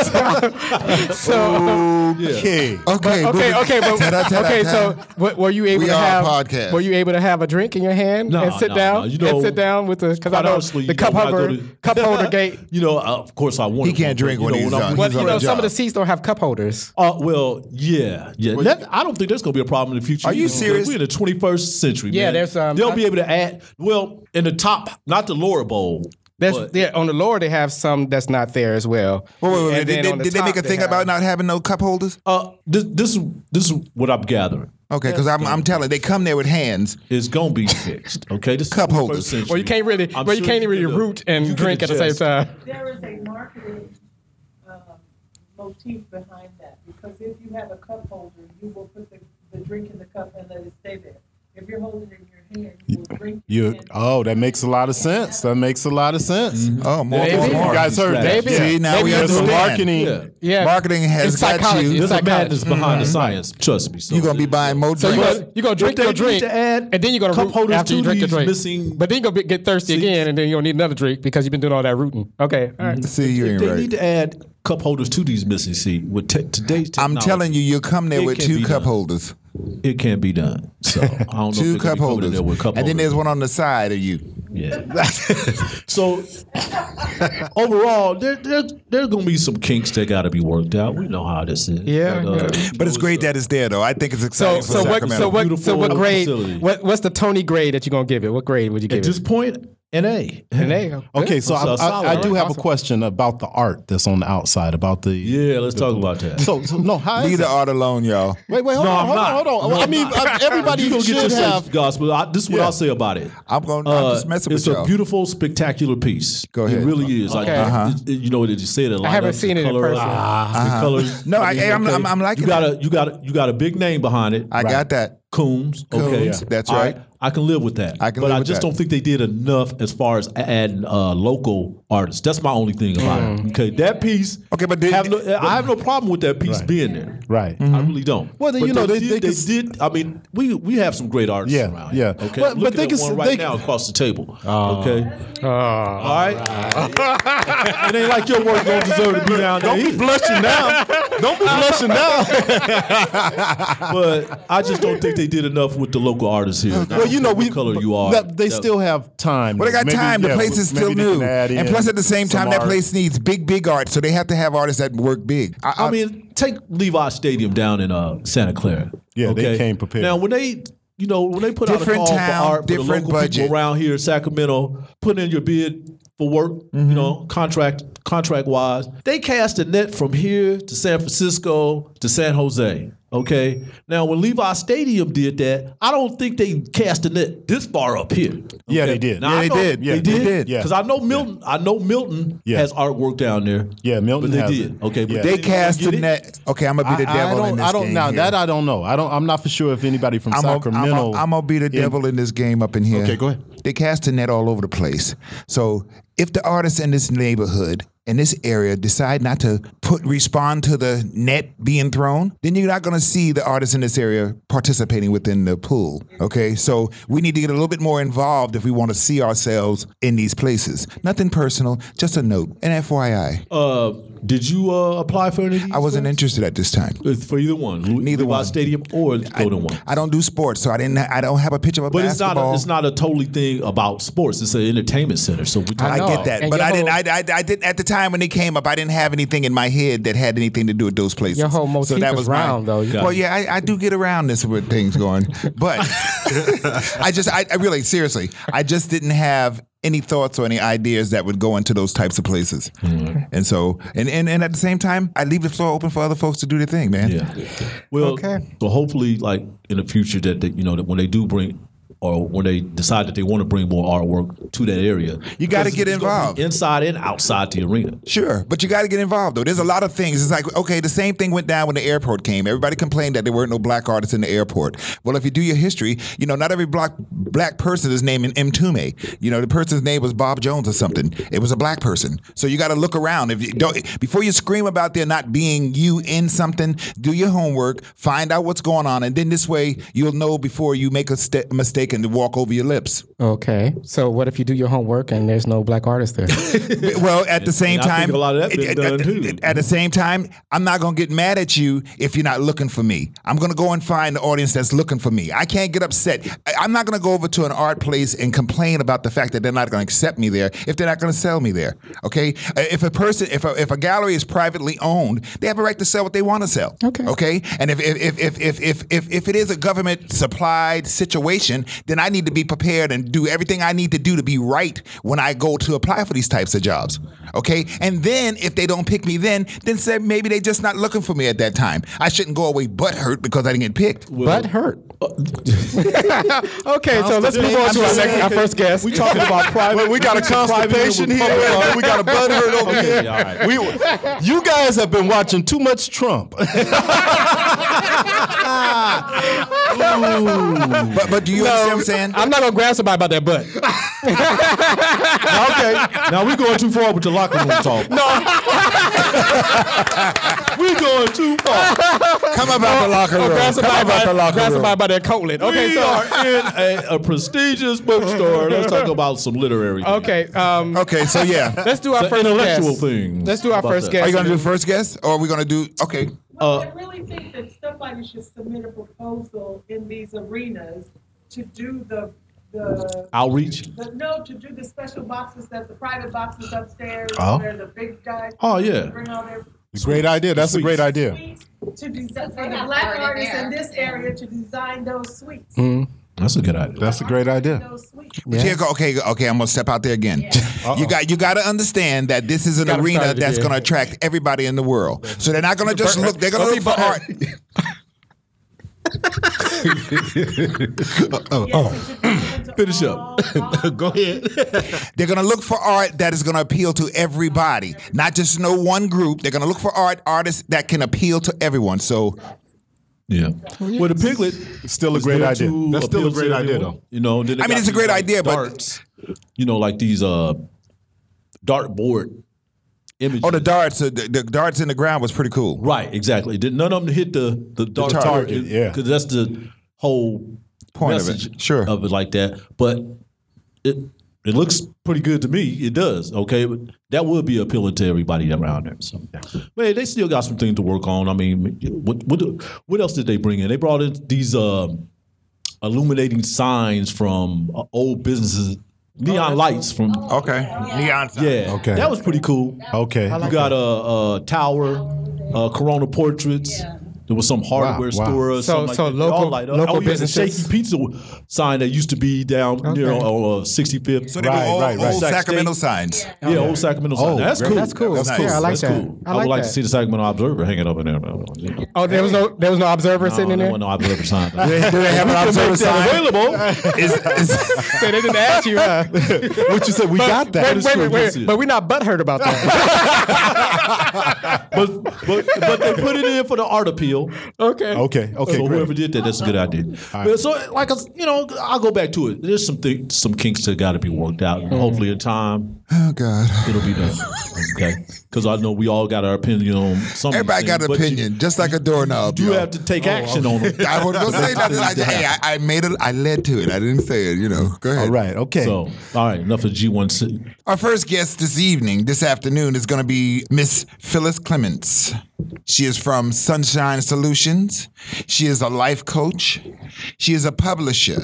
Speaker 1: so
Speaker 3: Okay.
Speaker 4: Okay,
Speaker 1: okay,
Speaker 4: moving-
Speaker 1: okay,
Speaker 4: [laughs]
Speaker 1: but
Speaker 4: Ta-da-ta-da-ta.
Speaker 1: okay, so what, were you able
Speaker 4: We
Speaker 1: to
Speaker 4: are a
Speaker 1: have?
Speaker 4: podcast.
Speaker 1: Were you able to have a drink in your hand
Speaker 2: No,
Speaker 1: and sit
Speaker 2: no,
Speaker 1: down
Speaker 2: no, you know-
Speaker 1: and sit down with the because I
Speaker 2: out.
Speaker 1: know
Speaker 2: Honestly,
Speaker 1: the
Speaker 2: you
Speaker 1: cup
Speaker 2: know, when I go
Speaker 1: holder
Speaker 2: to-
Speaker 1: cup
Speaker 2: [laughs]
Speaker 1: holder
Speaker 4: [laughs]
Speaker 1: gate.
Speaker 2: You know, uh, of course, I want.
Speaker 4: He can't drink when he's young.
Speaker 1: Well,
Speaker 4: on
Speaker 1: you
Speaker 4: the
Speaker 1: know, some
Speaker 4: job.
Speaker 1: of the seats don't have cup holders.
Speaker 2: Uh, well, yeah, yeah. That- I don't think there's gonna be a problem in the future.
Speaker 4: Are you
Speaker 2: either, because
Speaker 4: serious?
Speaker 2: We're in the 21st century.
Speaker 1: Yeah,
Speaker 2: man.
Speaker 1: there's, um,
Speaker 2: They'll
Speaker 1: I-
Speaker 2: be able to add. Well, in the top, not the lower bowl.
Speaker 1: That's
Speaker 2: but-
Speaker 1: yeah, on the lower they have some that's not there as well.
Speaker 4: Wait, wait, wait.
Speaker 1: And
Speaker 4: Did,
Speaker 1: then
Speaker 4: they,
Speaker 1: on the
Speaker 4: did they
Speaker 1: top
Speaker 4: make a thing
Speaker 1: have-
Speaker 4: about not having no cup holders?
Speaker 2: uh, this, this, is- this is what I'm gathering.
Speaker 4: Okay, because I'm, I'm telling, they come there with hands.
Speaker 2: It's gonna be fixed. Okay, this is
Speaker 4: Cup
Speaker 2: 21st
Speaker 4: holders.
Speaker 2: century.
Speaker 1: Well, you can't really,
Speaker 2: I'm
Speaker 1: well, you
Speaker 2: sure
Speaker 1: can't really
Speaker 2: can, uh,
Speaker 1: root and
Speaker 2: you can
Speaker 1: drink at the same
Speaker 2: adjust.
Speaker 1: time.
Speaker 6: There is a marketing uh, motif behind that because if you have a cup holder, you will put the, the drink in the cup and let it stay there. If you're holding it in your hand, you will drink it.
Speaker 3: You
Speaker 6: in.
Speaker 3: oh, that makes a lot of sense. That makes a lot of sense.
Speaker 4: Oh, more,
Speaker 1: Maybe.
Speaker 4: more,
Speaker 1: You
Speaker 4: more.
Speaker 3: guys heard that.
Speaker 1: Maybe.
Speaker 4: See, now we
Speaker 1: Maybe
Speaker 3: There's
Speaker 1: it's
Speaker 3: some
Speaker 4: understand.
Speaker 3: marketing.
Speaker 2: Yeah,
Speaker 1: Yeah,
Speaker 4: Marketing has
Speaker 1: It's
Speaker 4: got
Speaker 1: psychology.
Speaker 4: you.
Speaker 1: It's
Speaker 2: there's a
Speaker 1: Psychology.
Speaker 2: madness behind the science. Trust me. So
Speaker 4: You're gonna be buying more
Speaker 1: So you
Speaker 4: drinks.
Speaker 1: gonna, you gonna drink
Speaker 2: If
Speaker 1: your
Speaker 2: they need
Speaker 1: drink,
Speaker 2: to add
Speaker 1: and then you're gonna
Speaker 2: cup
Speaker 1: root
Speaker 2: holders
Speaker 1: after you
Speaker 2: to
Speaker 1: drink your
Speaker 2: these
Speaker 1: drink.
Speaker 2: missing
Speaker 1: but then you're gonna be, get thirsty
Speaker 2: seats.
Speaker 1: again, and then you're gonna need another drink because you've been doing all that rooting. Okay, all right.
Speaker 4: See, you ain't
Speaker 2: They
Speaker 4: right.
Speaker 2: need to add cup holders to these missing seats with te- today's.
Speaker 4: I'm
Speaker 2: technology.
Speaker 4: telling you, you come there
Speaker 2: It
Speaker 4: with
Speaker 2: can
Speaker 4: two
Speaker 2: be done.
Speaker 4: cup holders,
Speaker 2: It can't be done. So I
Speaker 3: [laughs]
Speaker 2: don't know.
Speaker 4: two
Speaker 2: if they're gonna
Speaker 4: cup
Speaker 2: be coming in
Speaker 4: holders,
Speaker 2: there with cup
Speaker 4: and then
Speaker 2: holders.
Speaker 4: there's one on the side of you.
Speaker 3: [laughs]
Speaker 2: Yeah. so overall, there, there, there's going to be some kinks that got to be worked out. We know how this is. uh,
Speaker 1: Yeah, yeah.
Speaker 4: But it's great that it's there, though. I think it's
Speaker 1: So
Speaker 4: exciting for
Speaker 1: so what
Speaker 4: Sacramento.
Speaker 1: so what so
Speaker 2: Beautiful
Speaker 1: what grade?
Speaker 2: facility.
Speaker 1: What what's the Tony grade that you're gonna give it? What grade would you give
Speaker 2: At this
Speaker 1: it?
Speaker 2: point, NA.
Speaker 1: And there you go.
Speaker 3: Okay, so
Speaker 2: So
Speaker 3: I,
Speaker 2: solid.
Speaker 3: I, I do have
Speaker 1: Awesome.
Speaker 3: a question about the art that's on the outside, about the.
Speaker 2: Yeah, let's talk about that.
Speaker 3: So, so no, how is
Speaker 4: Leave the
Speaker 3: that?
Speaker 4: art alone, y'all.
Speaker 3: Wait, wait, hold
Speaker 2: No,
Speaker 3: on,
Speaker 2: I'm
Speaker 3: hold
Speaker 2: not.
Speaker 3: on, hold on.
Speaker 2: No,
Speaker 3: I
Speaker 2: I'm
Speaker 3: mean, uh,
Speaker 2: not.
Speaker 3: everybody
Speaker 2: you gonna
Speaker 3: should
Speaker 2: get your
Speaker 3: have.
Speaker 2: safe, gospel. I, this is what I'll say about it.
Speaker 4: I'm gonna- I'm just messing with
Speaker 2: Uh, it's
Speaker 4: y'all.
Speaker 2: a beautiful, spectacular piece.
Speaker 4: Go
Speaker 2: It
Speaker 4: ahead. Uh-huh.
Speaker 2: really is. Like
Speaker 1: Okay.
Speaker 2: uh you know, it, you said it.
Speaker 1: I haven't seen it in person.
Speaker 2: ah, The colors.
Speaker 4: No, I- I'm- I'm- I'm liking
Speaker 2: You got a you got a, you got a big name behind it.
Speaker 4: I got that.
Speaker 2: Coombs.
Speaker 4: Coombs,
Speaker 2: Okay,
Speaker 4: that's
Speaker 2: All
Speaker 4: right.
Speaker 2: I can live with that.
Speaker 4: I can
Speaker 2: but
Speaker 4: live
Speaker 2: I
Speaker 4: with
Speaker 2: just
Speaker 4: that.
Speaker 2: don't think they did enough as far as adding uh, local artists. That's my only thing about
Speaker 1: Mm.
Speaker 2: it. Okay, that piece.
Speaker 4: Okay, but did-
Speaker 2: have no, I have no problem with that piece
Speaker 3: Right.
Speaker 2: being there.
Speaker 3: Right.
Speaker 4: Mm-hmm.
Speaker 2: I really don't.
Speaker 3: Mm-hmm. Well, then,
Speaker 2: But
Speaker 3: you know, they-
Speaker 2: did,
Speaker 3: they
Speaker 2: they,
Speaker 3: could-
Speaker 2: did. I mean, we we have some great artists
Speaker 3: Yeah,
Speaker 2: around. here,
Speaker 3: yeah.
Speaker 2: Okay,
Speaker 3: But- but
Speaker 2: Look
Speaker 3: they
Speaker 2: at
Speaker 3: could-
Speaker 2: one
Speaker 3: they
Speaker 2: right
Speaker 3: could- Ah.
Speaker 2: now across the table. okay, all right.
Speaker 3: [laughs]
Speaker 2: it ain't like your work don't deserve to be down there. either.
Speaker 3: Blushing now. Don't be blushing [laughs] now.
Speaker 2: but I just don't think they did enough with the local artists here.
Speaker 3: well, you know, we
Speaker 2: color you are.
Speaker 3: that- they
Speaker 2: that-
Speaker 3: still have time.
Speaker 4: But they got
Speaker 3: Maybe,
Speaker 4: time.
Speaker 3: yeah,
Speaker 4: the place is
Speaker 3: maybe
Speaker 4: still
Speaker 3: they can
Speaker 4: new,
Speaker 3: add
Speaker 4: and
Speaker 3: in
Speaker 4: plus, at the same
Speaker 3: some
Speaker 4: time, that
Speaker 3: art.
Speaker 4: place needs big, big art. So they have to have artists that work big.
Speaker 2: I, mean, take Levi Stadium down in uh, Santa Clara.
Speaker 3: Yeah, they came prepared.
Speaker 2: Now, when they, you know, when they put
Speaker 4: Different
Speaker 2: out a call
Speaker 4: town,
Speaker 2: for art, for the
Speaker 4: different
Speaker 2: local
Speaker 4: budget.
Speaker 2: people around here, in Sacramento, putting in your bid for work,
Speaker 4: Mm-hmm.
Speaker 2: you know, contract contract wise, they cast a net from here to San Francisco to San Jose. Okay. Now, when Levi Stadium did that, I don't think they cast a net this far up here.
Speaker 3: Yeah,
Speaker 2: Okay?
Speaker 3: they did.
Speaker 2: Now,
Speaker 3: Yeah,
Speaker 2: I
Speaker 3: they
Speaker 2: know
Speaker 3: did. Yeah,
Speaker 2: They
Speaker 3: they
Speaker 2: did.
Speaker 3: did. Yeah.
Speaker 2: Because I know Milton. I know Milton
Speaker 3: Yeah.
Speaker 2: has artwork down there.
Speaker 3: Yeah, Milton
Speaker 2: But they
Speaker 3: has
Speaker 2: did.
Speaker 3: it.
Speaker 2: Okay. But
Speaker 3: Yeah.
Speaker 4: they
Speaker 2: didn't
Speaker 4: cast
Speaker 2: get
Speaker 4: the
Speaker 2: it.
Speaker 4: net. Okay, I'm gonna be the
Speaker 3: I- I
Speaker 4: devil
Speaker 3: don't,
Speaker 4: in this
Speaker 3: I don't
Speaker 4: game
Speaker 3: now
Speaker 4: here.
Speaker 3: that I don't know. I don't. I'm not for sure if anybody from
Speaker 4: I'm gonna
Speaker 3: Sacramento.
Speaker 4: be the devil in this game up in here.
Speaker 3: Okay, go ahead.
Speaker 4: They cast a net all over the place. So if the artists in this neighborhood in this area decide not to put respond to the net being thrown, then you're not going to see the artists in this area participating within the pool. Okay, so we need to get a little bit more involved if we want to see ourselves in these places. Nothing personal, just a note. And FYI,
Speaker 2: Uh, did you uh, apply for any? Of these
Speaker 4: I wasn't
Speaker 2: jobs?
Speaker 4: interested at this time.
Speaker 2: Uh, for either one, Lu-
Speaker 4: Neither
Speaker 2: Levi
Speaker 4: one.
Speaker 2: Stadium or Golden One.
Speaker 4: I don't do sports, so I didn't. I don't have a picture of a
Speaker 2: But it's not.
Speaker 4: basketball.
Speaker 2: A, it's not a totally thing about sports. It's an entertainment center. So we
Speaker 4: I
Speaker 1: No.
Speaker 4: get that,
Speaker 1: And
Speaker 4: but
Speaker 1: your
Speaker 4: I didn't. I,
Speaker 1: whole-
Speaker 4: I, I didn't at the time when they came up. I didn't have anything in my head that had anything to do with those places.
Speaker 1: Your whole
Speaker 4: so
Speaker 1: motif
Speaker 4: that
Speaker 1: is
Speaker 4: was my-
Speaker 1: round, though. You-
Speaker 4: Well, yeah, I, I do get around this with things going, but [laughs] I just, I, I really, seriously, I just didn't have any thoughts or any ideas that would go into those types of places. And so, and, and and at the same time, I leave the floor open for other folks to do their thing, man.
Speaker 2: Yeah. Well,
Speaker 1: Okay.
Speaker 2: so hopefully, like in the future, that, that you know that when they do bring. Or when they decide that they want to bring more artwork to that area,
Speaker 4: You
Speaker 2: Because
Speaker 4: gotta get
Speaker 2: it's gonna be
Speaker 4: involved.
Speaker 2: inside and outside the arena.
Speaker 4: Sure, but you got to get involved though. There's a lot of things. It's like okay, the same thing went down when the airport came. Everybody complained that there weren't no black artists in the airport. Well, if you do your history, you know not every black black person is named M. Tume. You know the person's name was Bob Jones or something. It was a black person. So you got to look around. If you don't, before you scream about there not being you in something, do your homework, find out what's going on, and then this way you'll know before you make a st- mistake and walk over your lips.
Speaker 1: Okay. So what if you do your homework and there's no black artist
Speaker 2: [laughs]
Speaker 1: there?
Speaker 4: Well, at the same
Speaker 2: I think
Speaker 4: time,
Speaker 2: a lot of that been
Speaker 4: at,
Speaker 2: done,
Speaker 4: at-
Speaker 2: too.
Speaker 4: at the same time, I'm not gonna get mad at you if you're not looking for me. I'm gonna go and find the audience that's looking for me. I can't get upset. I- I'm not gonna go over to an art place and complain about the fact that they're not gonna accept me there if they're not gonna sell me there. Okay, Uh, if a person, if a, if a gallery is privately owned, they have a right to sell what they want to sell.
Speaker 1: Okay.
Speaker 4: okay, and if if if if if if, if, if it is a government supplied situation, then I need to be prepared and do everything I need to do to be right when I go to apply for these types of jobs. Okay? And then if they don't pick me then, then say maybe they just not looking for me at that time. I shouldn't go away butthurt because I didn't get picked.
Speaker 1: Butt hurt.
Speaker 2: uh,
Speaker 1: [laughs] okay, so let's move on to our, next, our first guest.
Speaker 2: We
Speaker 1: [laughs]
Speaker 2: talking about private.
Speaker 3: Well, we got a constipation here. and we got a butt hurt over here.
Speaker 2: yeah, all right.
Speaker 3: We, you guys have been watching too much Trump.
Speaker 4: But but do you understand what I'm saying?
Speaker 1: I'm not gonna grab somebody about their
Speaker 2: [laughs]
Speaker 1: butt.
Speaker 2: okay. Now we going too far with the locker room talk. No. [laughs] we going too far.
Speaker 4: Come about the locker room.
Speaker 1: Oh, grab somebody,
Speaker 4: Come about the
Speaker 1: by,
Speaker 4: locker
Speaker 1: grab
Speaker 4: room.
Speaker 1: somebody by their cotlet. Okay,
Speaker 2: we
Speaker 1: so
Speaker 2: are in a, a prestigious bookstore. Let's talk about some literary. things.
Speaker 1: okay, um,
Speaker 4: Okay,
Speaker 1: [laughs]
Speaker 4: so yeah.
Speaker 1: let's do our
Speaker 2: The
Speaker 1: first
Speaker 2: intellectual
Speaker 1: guest.
Speaker 2: things.
Speaker 1: Let's do our
Speaker 2: about
Speaker 1: first
Speaker 2: that.
Speaker 4: Are you
Speaker 1: guest.
Speaker 4: gonna do first guess or are we gonna do okay.
Speaker 6: Well, I really think that somebody should submit a proposal in these arenas to do the, the,
Speaker 2: Outreach.
Speaker 6: the, no, to do the special boxes that the private boxes upstairs
Speaker 3: Oh.
Speaker 6: where the big guys.
Speaker 2: Oh, yeah.
Speaker 6: Bring all their
Speaker 3: [laughs] great idea. That's a great idea.
Speaker 6: suites to design, for
Speaker 7: they
Speaker 6: the
Speaker 7: have
Speaker 6: black
Speaker 7: already
Speaker 6: artists in
Speaker 7: there.
Speaker 6: this area to design those suites.
Speaker 2: That's a good idea.
Speaker 5: That's a great idea.
Speaker 6: So sweet.
Speaker 4: But here go- okay, okay, I'm gonna step out there again. [laughs] You got you got to understand that this is an
Speaker 1: Got 'em
Speaker 4: arena
Speaker 1: started
Speaker 4: that's
Speaker 1: again.
Speaker 4: gonna attract everybody in the world. So they're not gonna just look. They're gonna look for art.
Speaker 6: Finish
Speaker 2: [laughs] Go ahead.
Speaker 4: They're gonna look for art that is gonna appeal to everybody, not just no one group. They're gonna look for art artists that can appeal to everyone. So
Speaker 2: Yeah. Well, the piglet
Speaker 3: Still a
Speaker 2: was
Speaker 3: great
Speaker 2: there
Speaker 3: idea.
Speaker 2: to
Speaker 3: That's still a
Speaker 2: appeal to
Speaker 3: great idea,
Speaker 2: everyone.
Speaker 3: though.
Speaker 2: You know, then they
Speaker 4: I mean,
Speaker 2: got
Speaker 4: it's a
Speaker 2: these,
Speaker 4: great
Speaker 2: like,
Speaker 4: idea, but-
Speaker 2: darts, you know, like these uh, dartboard images.
Speaker 4: oh, the darts, uh, the, the darts in the ground was pretty cool.
Speaker 2: Right, exactly. Did none of them hit the the dark
Speaker 4: target,
Speaker 2: target?
Speaker 3: yeah.
Speaker 2: because that's the whole
Speaker 4: Point of it,
Speaker 2: message
Speaker 4: sure.
Speaker 2: of it like that. But it it looks pretty good to me. It does. Okay, But that would be appealing to everybody around there. So, but hey, they still got some things to work on. I mean, what what what else did they bring in? They brought in these um illuminating signs from uh, old businesses, neon lights from.
Speaker 4: Okay, neon.
Speaker 2: Yeah,
Speaker 3: Okay.
Speaker 2: that was pretty cool.
Speaker 3: Okay.
Speaker 2: You got a, a tower, uh, Corona portraits. There was some hardware
Speaker 3: wow.
Speaker 2: store or
Speaker 1: So-
Speaker 2: something like
Speaker 1: so
Speaker 2: that. They all
Speaker 1: local-
Speaker 2: light up.
Speaker 1: local
Speaker 2: oh, yeah, the
Speaker 1: businesses?
Speaker 2: Shaky Pizza sign that used to be down near
Speaker 1: Okay.
Speaker 2: on uh, 65th.
Speaker 4: So they
Speaker 3: Right,
Speaker 4: were all
Speaker 3: right, right. Oh,
Speaker 4: old
Speaker 2: Sac
Speaker 4: Sacramento
Speaker 2: State.
Speaker 4: signs.
Speaker 2: yeah, old Sacramento sign. That's cool.
Speaker 1: That's cool.
Speaker 4: That's
Speaker 1: yeah,
Speaker 4: nice.
Speaker 1: I like
Speaker 2: That's
Speaker 1: that.
Speaker 2: cool.
Speaker 1: I
Speaker 2: I,
Speaker 1: like,
Speaker 2: would like
Speaker 1: that.
Speaker 2: to see the Sacramento Observer hanging up in there. You know.
Speaker 1: Oh, there was no there was no observer sitting
Speaker 2: No,
Speaker 1: in
Speaker 2: there
Speaker 1: there.
Speaker 2: wasn't no observer sign. They
Speaker 1: [laughs] Do they have an observer
Speaker 2: made
Speaker 1: sign?
Speaker 2: that available.
Speaker 4: Is,
Speaker 1: [laughs]
Speaker 4: is,
Speaker 1: they didn't ask you. Huh?
Speaker 2: [laughs]
Speaker 3: What you said? We got that.
Speaker 1: Wait, wait, wait,
Speaker 2: Yes,
Speaker 1: wait.
Speaker 2: yes.
Speaker 1: But we're not butthurt about that.
Speaker 2: but, but, but they put it in for the art appeal.
Speaker 1: okay.
Speaker 3: Okay. Okay.
Speaker 2: so
Speaker 3: great.
Speaker 2: whoever did that, that's a good idea. But so, like, I s- you know, I'll go back to it. There's some things, some kinks that got to be worked out. And hopefully, in time,
Speaker 4: oh God.
Speaker 2: it'll be done. Okay, because I know we all got our opinion on some.
Speaker 4: Everybody got an opinion, Oh. just like a doorknob.
Speaker 2: You,
Speaker 4: yo.
Speaker 2: do have to take action on
Speaker 4: [laughs]
Speaker 2: it.
Speaker 4: I was gonna
Speaker 2: [laughs]
Speaker 4: say nothing. I, hey, I, I made it. I led to it. I didn't say it. You know. Go ahead.
Speaker 3: All right. Okay.
Speaker 2: So, all right, enough of G1C.
Speaker 4: Our first guest this evening, this afternoon, is going to be Miss Phyllis Clements. She is from Sunshine Solutions. She is a life coach. She is a publisher.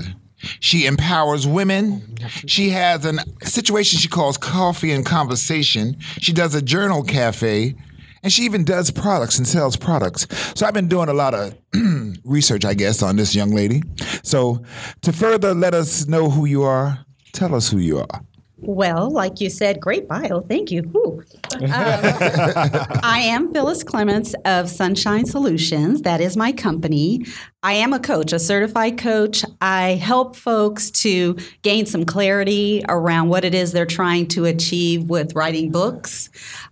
Speaker 4: She empowers women. She has a situation she calls coffee and conversation. She does a journal cafe. And she even does products and sells products. So I've been doing a lot of [clears throat] research, I guess, on this young lady. So to further let us know who you are, tell us who you are.
Speaker 7: Well, like you said, great bio. Thank you. Whew. Um, I am Phyllis Clements of Sunshine Solutions. That is my company. I am a coach, a certified coach. I help folks to gain some clarity around what it is they're trying to achieve with writing books,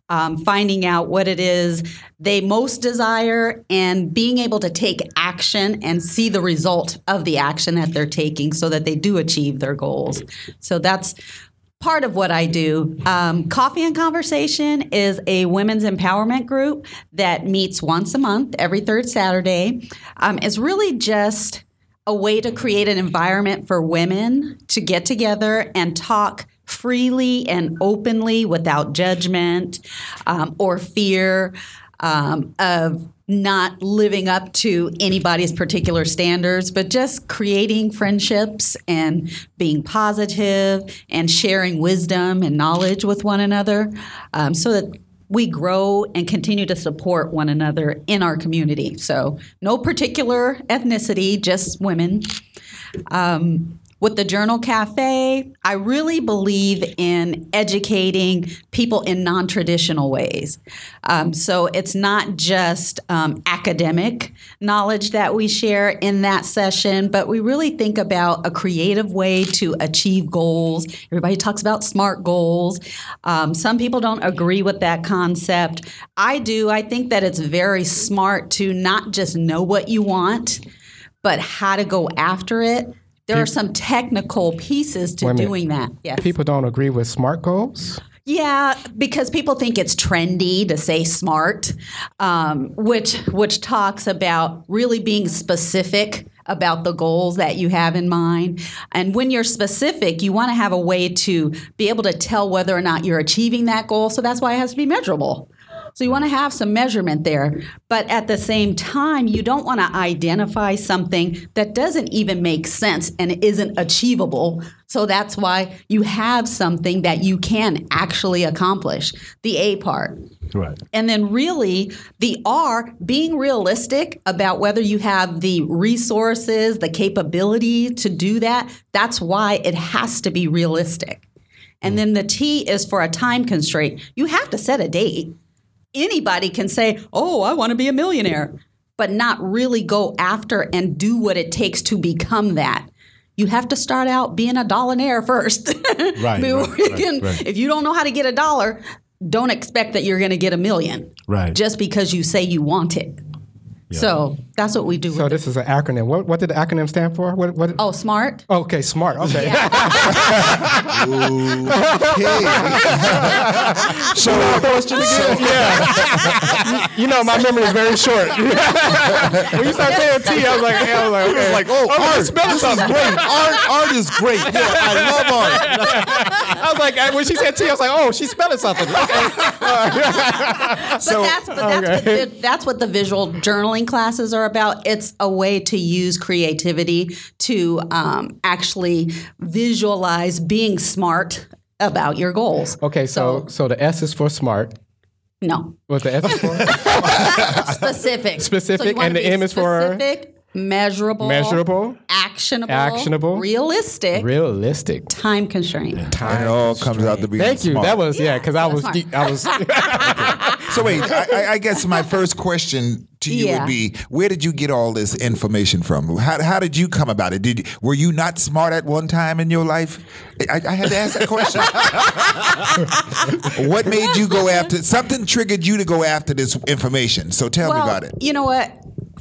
Speaker 7: um, finding out what it is they most desire, and being able to take action and see the result of the action that they're taking so that they do achieve their goals. So that's part of what I do. Um, Coffee and Conversation is a women's empowerment group that meets once a month, every third Saturday. Um, it's really just a way to create an environment for women to get together and talk freely and openly without judgment um, or fear um, of not living up to anybody's particular standards, but just creating friendships and being positive and sharing wisdom and knowledge with one another um, so that we grow and continue to support one another in our community. So, no particular ethnicity, just women. Um, with the Journal Cafe, I really believe in educating people in non traditional ways. Um, so it's not just um, academic knowledge that we share in that session, but we really think about a creative way to achieve goals. Everybody talks about SMART goals. Um, some people don't agree with that concept. I do. I think that it's very smart to not just know what you want but how to go after it. There are some technical pieces
Speaker 1: Wait
Speaker 7: to
Speaker 1: a minute.
Speaker 7: doing that. Yes.
Speaker 1: People don't agree with smart goals.
Speaker 7: Yeah, because people think it's trendy to say smart, um, which which talks about really being specific about the goals that you have in mind. And when you're specific, you want to have a way to be able to tell whether or not you're achieving that goal. So that's why it has to be measurable. So you want to have some measurement there. But at the same time, you don't want to identify something that doesn't even make sense and isn't achievable. So that's why you have something that you can actually accomplish the A part.
Speaker 2: Right.
Speaker 7: And then, really, the R, being realistic about whether you have the resources, the capability to do that, that's why it has to be realistic. And then the T is for a time constraint. You have to set a date. Anybody can say, oh, I want to be a millionaire, but not really go after and do what it takes to become that. You have to start out being a dollionaire first. [laughs]
Speaker 3: Right,
Speaker 7: Before
Speaker 3: right,
Speaker 7: you
Speaker 3: right,
Speaker 7: can-
Speaker 3: right.
Speaker 7: If you don't know how to get a dollar, don't expect that you're going to get a million
Speaker 3: Right.
Speaker 7: just because you say you want it. So that's what we do.
Speaker 1: So
Speaker 7: with
Speaker 1: this is an acronym. What, what did the acronym stand for? What? what
Speaker 7: oh, smart.
Speaker 1: Okay, smart. Okay. [laughs] Show that question again. [laughs] yeah. You know, my memory is very [laughs] short. when you start saying T, I was like, I was like, okay.
Speaker 4: Like, oh,
Speaker 1: I
Speaker 4: art.
Speaker 1: smelled
Speaker 4: This is
Speaker 1: something.
Speaker 4: great. Art, art is great. Yeah, I love art.
Speaker 1: I was like, when she said T, I was like, oh, she's spelling something. Okay.
Speaker 7: But that's but that's, what the, that's what the visual journaling classes are about. It's a way to use creativity to um, actually visualize being smart about your goals.
Speaker 1: Okay, so so the S is for smart. [laughs]
Speaker 7: No,
Speaker 1: What's the S is
Speaker 7: [laughs]
Speaker 1: for?
Speaker 7: specific,
Speaker 1: Specific,
Speaker 7: So you wanna
Speaker 1: and the
Speaker 7: be
Speaker 1: M is for-
Speaker 7: specific, measurable,
Speaker 1: Measurable,
Speaker 7: actionable,
Speaker 1: Actionable.
Speaker 7: realistic,
Speaker 1: realistic.
Speaker 7: time constraint.
Speaker 4: And it all comes out to be
Speaker 1: Thank you.
Speaker 4: smart.
Speaker 1: That was yeah, because I was
Speaker 7: smart.
Speaker 1: I
Speaker 7: [laughs]
Speaker 1: was
Speaker 4: So wait, I, I- I guess my first question to you
Speaker 7: Yeah.
Speaker 4: would be: Where did you get all this information from? How, how did you come about it? Did you- were you not smart at one time in your life? I, I had to ask that question. what made you go after? Something triggered you to go after this information. So tell me about it.
Speaker 7: You know what?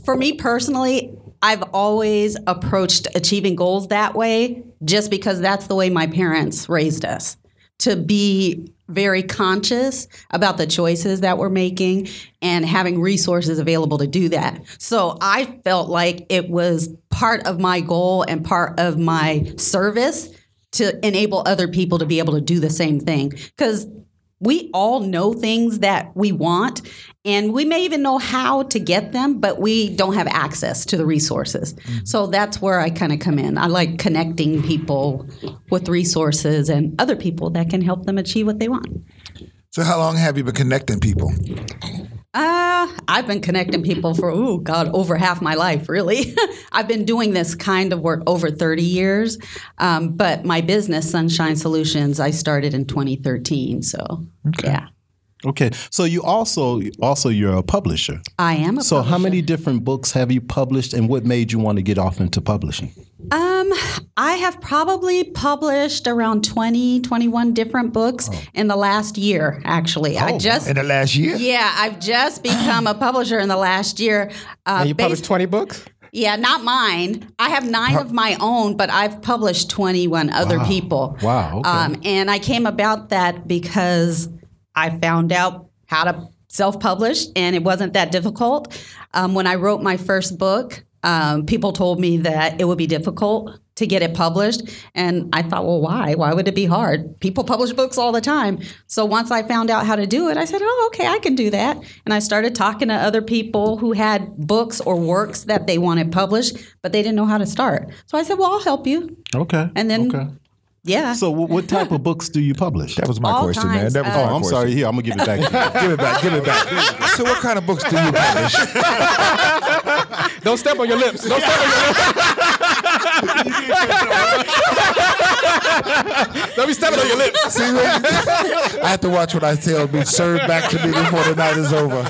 Speaker 7: For me personally, I've always approached achieving goals that way just because that's the way my parents raised us to be very conscious about the choices that we're making and having resources available to do that. So I felt like it was part of my goal and part of my service to enable other people to be able to do the same thing. Because we all know things that we want and we may even know how to get them but we don't have access to the resources so that's where i kind of come in i like connecting people with resources and other people that can help them achieve what they want
Speaker 4: So how long have you been connecting people?
Speaker 7: uh, i've been connecting people for oh god over half my life really [laughs] i've been doing this kind of work over 30 years um, but my business sunshine solutions i started in 2013 so yeah
Speaker 3: Okay. So you also also you're a publisher.
Speaker 7: i am a
Speaker 3: So how many different books have you published, and what made you want to get off into publishing?
Speaker 7: Um, I have probably published around 20, 21 different books
Speaker 3: Oh.
Speaker 7: in the last year, actually. I just,
Speaker 4: In the last year?
Speaker 7: yeah, I've just become a publisher in the last year. Uh,
Speaker 1: and you published
Speaker 7: based-
Speaker 1: twenty books.
Speaker 7: yeah, not mine. I have nine of my own, but I've published 21 other people.
Speaker 3: Wow, okay.
Speaker 7: Um, and I came about that because I found out how to self publish, and it wasn't that difficult. Um, when I wrote my first book, um, people told me that it would be difficult to get it published. And I thought, well, why? Why would it be hard? People publish books all the time. So once I found out how to do it, I said, oh, okay, I can do that. And I started talking to other people who had books or works that they wanted published, but they didn't know how to start. So I said, well, I'll help you.
Speaker 3: Okay.
Speaker 7: And then-
Speaker 3: okay.
Speaker 7: Yeah.
Speaker 3: So what, what type
Speaker 7: [laughs]
Speaker 3: of books do you publish?
Speaker 4: That was my
Speaker 7: All
Speaker 4: question, man.
Speaker 7: kinds
Speaker 4: That was
Speaker 7: of-
Speaker 4: my
Speaker 3: Oh, I'm
Speaker 4: question.
Speaker 3: sorry. Here, I'm gonna give it back. to
Speaker 4: Give it back. Give it back. so what kind of books do you publish?
Speaker 1: [laughs] Don't step on your lips. Don't step on your lips. Don't be stepping on your lips.
Speaker 4: See, I have to watch what I say. I'll be served back to me before the night is over.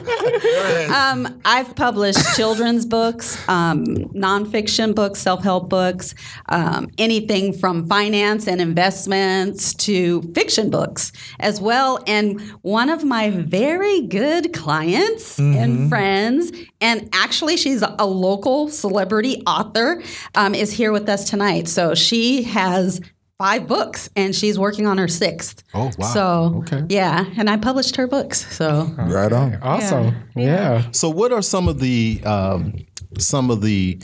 Speaker 7: Um, I've published children's books, um, nonfiction books, self help books, um, anything from finance and investments to fiction books as well. And one of my very good clients and friends, and actually she's a local celebrity author, um, is here with us tonight. So she has. Five books, and she's working on her sixth. Oh wow! So okay, yeah, and I published her books. So
Speaker 4: Right on.
Speaker 1: Awesome. Yeah.
Speaker 3: you. So what are some of the um, some of the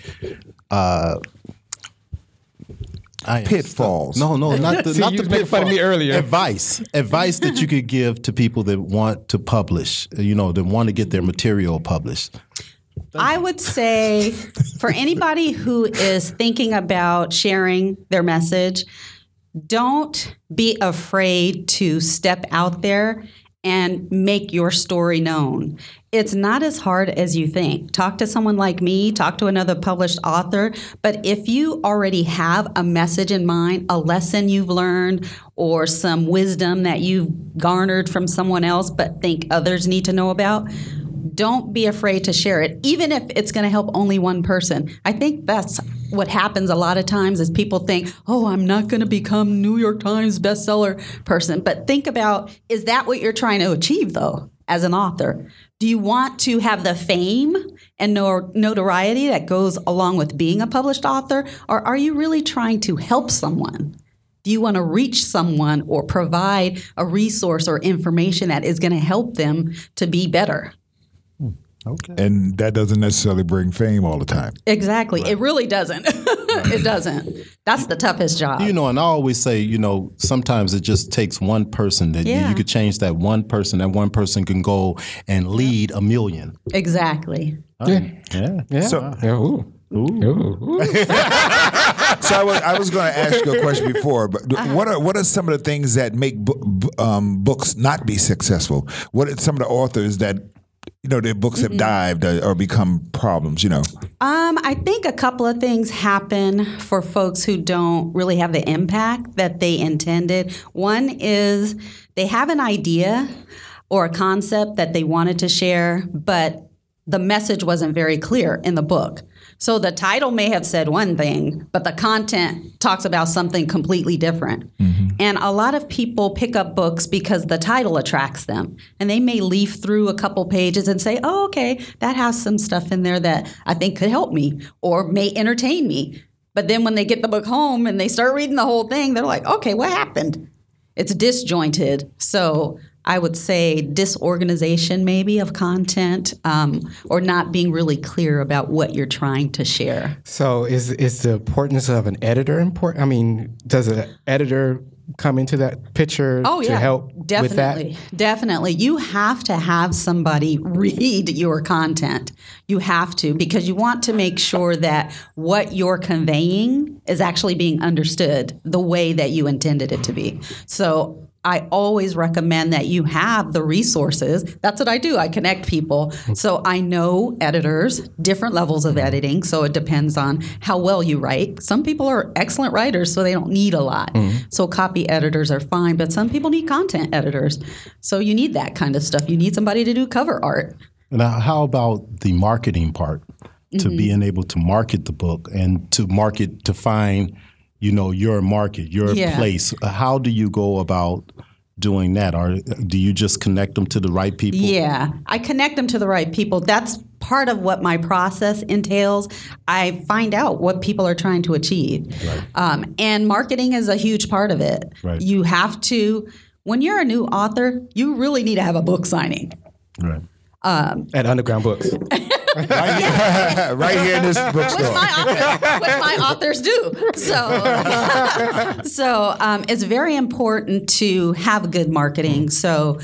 Speaker 3: uh, I am
Speaker 4: Pitfalls.
Speaker 3: stuck. No, no, not
Speaker 1: [laughs]
Speaker 3: the
Speaker 1: See,
Speaker 3: not
Speaker 1: you
Speaker 3: the
Speaker 1: was making fun of me
Speaker 3: pitfalls.
Speaker 1: earlier.
Speaker 3: Advice, advice that you could give to people that want to publish. You know, that want to get their material published.
Speaker 7: I would say for anybody who is thinking about sharing their message, don't be afraid to step out there and make your story known. It's not as hard as you think. Talk to someone like me, talk to another published author, but if you already have a message in mind, a lesson you've learned, or some wisdom that you've garnered from someone else but think others need to know about, don't be afraid to share it even if it's going to help only one person i think that's what happens a lot of times is people think oh i'm not going to become new york times bestseller person but think about is that what you're trying to achieve though as an author do you want to have the fame and no- notoriety that goes along with being a published author or are you really trying to help someone do you want to reach someone or provide a resource or information that is going to help them to be better
Speaker 8: And that doesn't necessarily bring fame all the time.
Speaker 7: Exactly. It really doesn't. [laughs] it doesn't. That's the toughest job.
Speaker 3: You know, and I always say, you know, sometimes it just takes one person that you- you,
Speaker 7: Yeah.
Speaker 3: could change that one person. That one person can go and lead a million.
Speaker 7: exactly.
Speaker 3: Yeah.
Speaker 1: Yeah. Yeah, ooh. Ooh, ooh.
Speaker 4: so I was, I was going to ask you a question before, but what are what are some of the things that make bu- bu- um, books not be successful? What are some of the authors that you know their books have dived or, or become problems? You know,
Speaker 7: Um, I think a couple of things happen for folks who don't really have the impact that they intended. One is they have an idea or a concept that they wanted to share, but the message wasn't very clear in the book. So the title may have said one thing, but the content talks about something completely different. And a lot of people pick up books because the title attracts them. And they may leaf through a couple pages and say, oh, okay, that has some stuff in there that I think could help me or may entertain me. But then when they get the book home and they start reading the whole thing, they're like, okay, what happened? It's disjointed. So I would say disorganization, maybe, of content um, or not being really clear about what you're trying to share.
Speaker 1: So is is the importance of an editor important? I mean, does an editor come into that picture to help with that?
Speaker 7: Oh, definitely definitely you have to have somebody [laughs] read your content you have to because you want to make sure that what you're conveying is actually being understood the way that you intended it to be so I always recommend that you have the resources. That's what I do. I connect people. So I know editors, different levels of editing. So it depends on how well you write. Some people are excellent writers, so they don't need a lot. So copy editors are fine, but some people need content editors. So you need that kind of stuff. You need somebody to do cover art.
Speaker 3: Now, how about the marketing part to
Speaker 7: Mm-hmm.
Speaker 3: being able to market the book and to market to find, you know, your market, your
Speaker 7: Yeah.
Speaker 3: place? How do you go about doing that? Or do you just connect them to the right people?
Speaker 7: Yeah, I connect them to the right people. That's part of what my process entails. I find out what people are trying to achieve. Um, and marketing is a huge part of it.
Speaker 3: Right.
Speaker 7: You have to, when you're a new author, you really need to have a book signing.
Speaker 3: Right.
Speaker 1: At Underground Books.
Speaker 4: [laughs] right here in this
Speaker 7: Which
Speaker 4: bookstore.
Speaker 7: my, author, which my authors do. So, [laughs] so um, it's very important to have good marketing. So,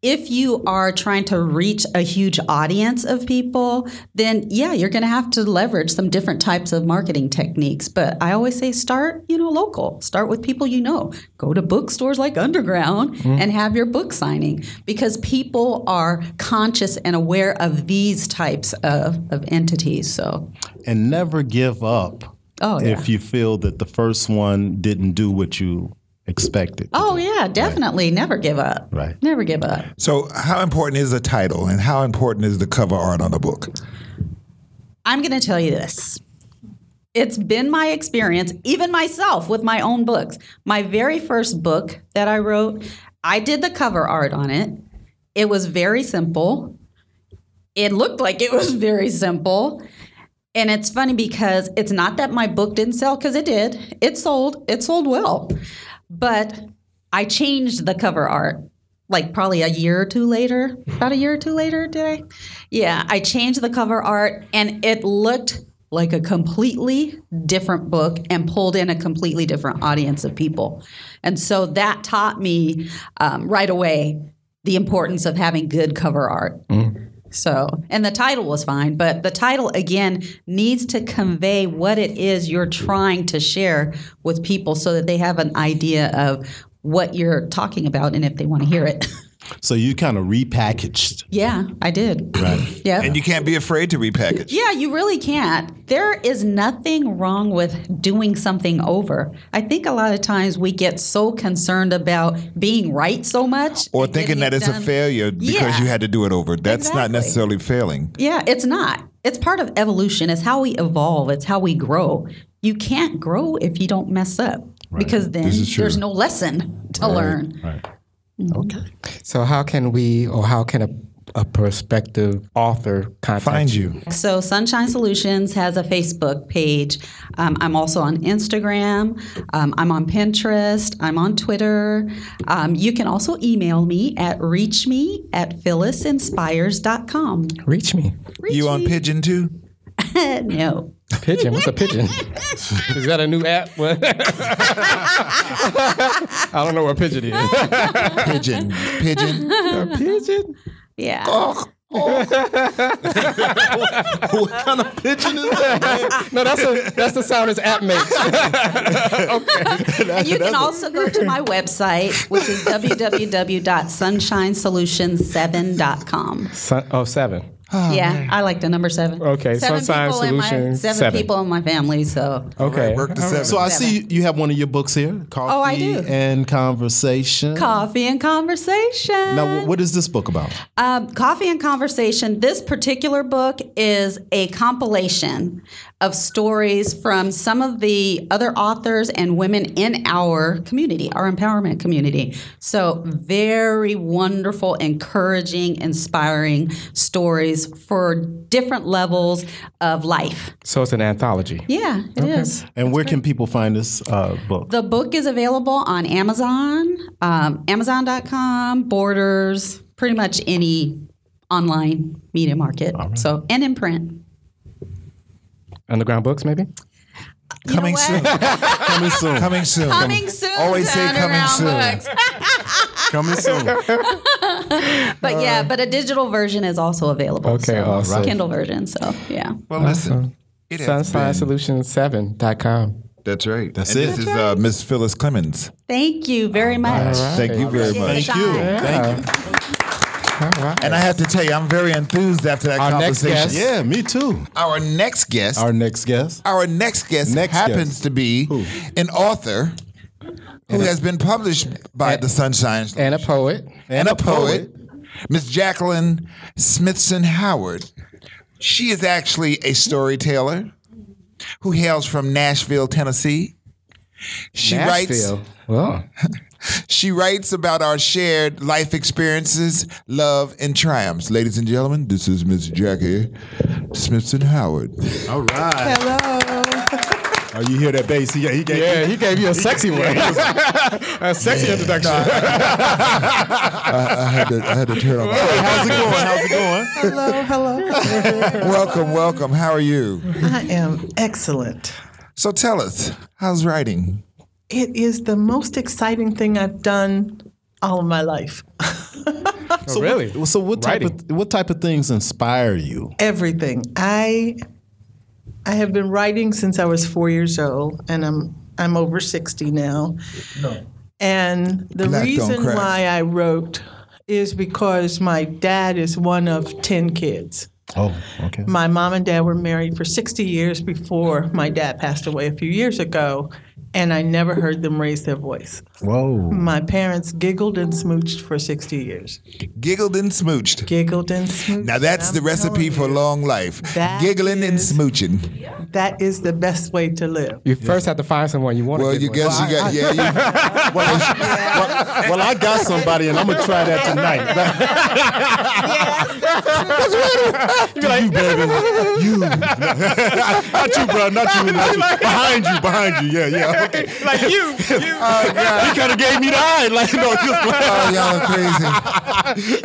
Speaker 7: if you are trying to reach a huge audience of people, then yeah, you're going to have to leverage some different types of marketing techniques. But I always say start, you know, local. Start with people you know. Go to bookstores like Underground and have your book signing because people are conscious and aware of these types of, of entities. So.
Speaker 3: And never give up
Speaker 7: Oh, yeah.
Speaker 3: if you feel that the first one didn't do what you expected.
Speaker 7: Oh yeah, definitely. Never give up.
Speaker 3: Right.
Speaker 7: Never give up.
Speaker 4: So, how important is a title, and how important is the cover art on a book?
Speaker 7: I'm going to tell you this. It's been my experience, even myself with my own books. My very first book that I wrote, I did the cover art on it. It was very simple. It looked like it was [laughs] very simple. And it's funny because it's not that my book didn't sell, because it did. It sold, it sold well. But I changed the cover art like probably a year or two later, about a year or two later, did I? Yeah, I changed the cover art and it looked like a completely different book and pulled in a completely different audience of people. And so that taught me um, right away the importance of having good cover art. So, and the title was fine, but the title again needs to convey what it is you're trying to share with people so that they have an idea of what you're talking about and if they want to hear it. [laughs]
Speaker 3: So you kind of repackaged.
Speaker 7: yeah, I did. Right. Yeah.
Speaker 4: And you can't be afraid to repackage.
Speaker 7: Yeah, you really can't. There is nothing wrong with doing something over. I think a lot of times we get so concerned about being right so much.
Speaker 4: Or
Speaker 7: and
Speaker 4: thinking
Speaker 7: getting
Speaker 4: that
Speaker 7: it
Speaker 4: it's a
Speaker 7: done.
Speaker 4: failure because
Speaker 7: Yeah.
Speaker 4: you had to do it over. That's not
Speaker 7: Exactly.
Speaker 4: necessarily failing.
Speaker 7: Yeah, it's not. It's part of evolution. It's how we evolve, it's how we grow. You can't grow if you don't mess up because then
Speaker 8: This is true.
Speaker 7: there's no lesson to learn.
Speaker 1: So how can we, or how can a, a prospective author contact
Speaker 8: Find you.
Speaker 7: So, Sunshine Solutions has a Facebook page. Um, I'm also on Instagram. Um, I'm on Pinterest. I'm on Twitter. Um, you can also email me at reachme at phyllisinspires.com.
Speaker 1: Reach me.
Speaker 4: You on Pigeon too?
Speaker 7: [laughs] no.
Speaker 1: Pigeon. What's a pigeon?
Speaker 7: [laughs]
Speaker 1: is that a new app? What? I don't know what pigeon is.
Speaker 4: Pigeon.
Speaker 7: [laughs]
Speaker 4: Pigeon.
Speaker 1: a pigeon?
Speaker 7: Yeah.
Speaker 8: Oh,
Speaker 3: what kind of pigeon is that?
Speaker 1: No, that's a that's the sound his app makes.
Speaker 7: And you can also go
Speaker 1: [laughs]
Speaker 7: to my website, which is www.sunshinesolutions7.com.
Speaker 1: Sun, oh, seven.
Speaker 7: yeah, I like the number seven.
Speaker 1: Okay,
Speaker 7: seven
Speaker 1: Sunshine
Speaker 7: people in my-
Speaker 1: Solutions,
Speaker 7: Seven,
Speaker 1: seven.
Speaker 7: people in my family, so.
Speaker 1: Okay.
Speaker 4: Work the seven.
Speaker 3: So I see you- you have one of your books here, Coffee
Speaker 7: Oh, I do.
Speaker 3: and Conversation.
Speaker 7: Coffee and conversation.
Speaker 3: now, wh- what is this book about?
Speaker 7: Um, Coffee and Conversation. This particular book is a compilation of stories from some of the other authors and women in our community, our empowerment community. So, very wonderful, encouraging, inspiring stories for different levels of life.
Speaker 1: So it's an anthology.
Speaker 7: Yeah, it is.
Speaker 3: And where can people find this uh, book?
Speaker 7: The book is available on Amazon, um, Amazon.com, Borders, pretty much any online media market. So, and in print.
Speaker 1: Underground books, maybe.
Speaker 7: You know
Speaker 4: Coming
Speaker 7: what?
Speaker 4: soon.
Speaker 8: Coming soon.
Speaker 4: Coming soon.
Speaker 7: Coming soon.
Speaker 4: Always
Speaker 7: to
Speaker 4: say coming
Speaker 7: Underground
Speaker 4: soon.
Speaker 7: Books.
Speaker 8: Coming soon.
Speaker 7: But yeah, but a digital version is also available.
Speaker 1: Okay,
Speaker 7: so,
Speaker 1: awesome.
Speaker 7: Kindle version. So yeah.
Speaker 4: Well, listen. It has been-
Speaker 1: SunsideSolutions7.com.
Speaker 4: That's right.
Speaker 8: That's
Speaker 4: and
Speaker 8: it.
Speaker 4: This is uh, Miss Phyllis Clemens.
Speaker 7: Thank you very much.
Speaker 4: Thank you very
Speaker 7: Appreciate
Speaker 4: much.
Speaker 7: the time.
Speaker 1: Thank you. All right.
Speaker 4: And I have to tell you, I'm very enthused after that
Speaker 1: Our next
Speaker 4: conversation.
Speaker 1: guest-
Speaker 8: yeah, me too.
Speaker 4: Our next guest.
Speaker 8: Our next guest.
Speaker 4: Our next guest
Speaker 8: Next
Speaker 4: happens
Speaker 8: guest.
Speaker 4: to be an author who has been published by the Sunshine Solution
Speaker 1: and a poet.
Speaker 4: and a poet, Miss Jacqueline Smithson Howard. She is actually a storyteller who hails from Nashville, Tennessee. She writes
Speaker 1: Nashville. Well,
Speaker 4: she writes about our shared life experiences, love, and triumphs. Ladies and gentlemen, this is Miss Jackie Smithson Howard.
Speaker 8: All right.
Speaker 7: Hello.
Speaker 8: Oh, you hear that bass? He, he gave
Speaker 1: [laughs] yeah, he gave you a sexy one. [laughs] a sexy [laughs] introduction.
Speaker 4: I had to, I had to turn on. my-
Speaker 8: How's it going? How's it going?
Speaker 9: Hello,
Speaker 4: [laughs]
Speaker 9: hello.
Speaker 4: welcome, welcome. How are you?
Speaker 9: I am excellent.
Speaker 4: So tell us, how's writing?
Speaker 9: It is the most exciting thing I've done all of my life. [laughs]
Speaker 1: Oh, really?
Speaker 8: Well, So what type
Speaker 1: Writing.
Speaker 8: of what type of things inspire you?
Speaker 9: Everything. I I have been writing since I was 4 years old and I'm I'm over 60 now. And the
Speaker 4: Black don't
Speaker 9: reason
Speaker 4: crack.
Speaker 9: why I wrote is because my dad is one of 10 kids.
Speaker 8: Oh,
Speaker 3: [laughs]
Speaker 8: okay.
Speaker 9: My mom and dad were married for 60 years before my dad passed away a few years ago, and I never heard them raise their voice.
Speaker 8: Whoa.
Speaker 9: My parents giggled and smooched for 60 years.
Speaker 4: Giggled and smooched.
Speaker 9: Giggled and smooched.
Speaker 4: Now that's
Speaker 9: I'm
Speaker 4: the recipe
Speaker 9: telling
Speaker 4: for
Speaker 9: you,
Speaker 4: long life.
Speaker 9: That
Speaker 4: Giggling and
Speaker 9: is-
Speaker 4: smooching.
Speaker 9: That is the best way to live.
Speaker 1: You first have to find someone you want
Speaker 4: Well,
Speaker 1: to
Speaker 4: you
Speaker 1: get.
Speaker 4: guess you got yeah. You,
Speaker 7: [laughs]
Speaker 8: Well, I got somebody, and I'm gonna try that tonight. you, baby.
Speaker 3: [laughs]
Speaker 8: You. not you, bro. Not you. Not you.
Speaker 7: [laughs]
Speaker 8: Behind you. Behind you. Yeah, yeah. Okay.
Speaker 1: like
Speaker 4: [laughs]
Speaker 1: you, you,
Speaker 8: Oh,
Speaker 4: Uh,
Speaker 8: He kind of gave me the eye. Like, no, he was like,
Speaker 5: Oh, y'all are crazy.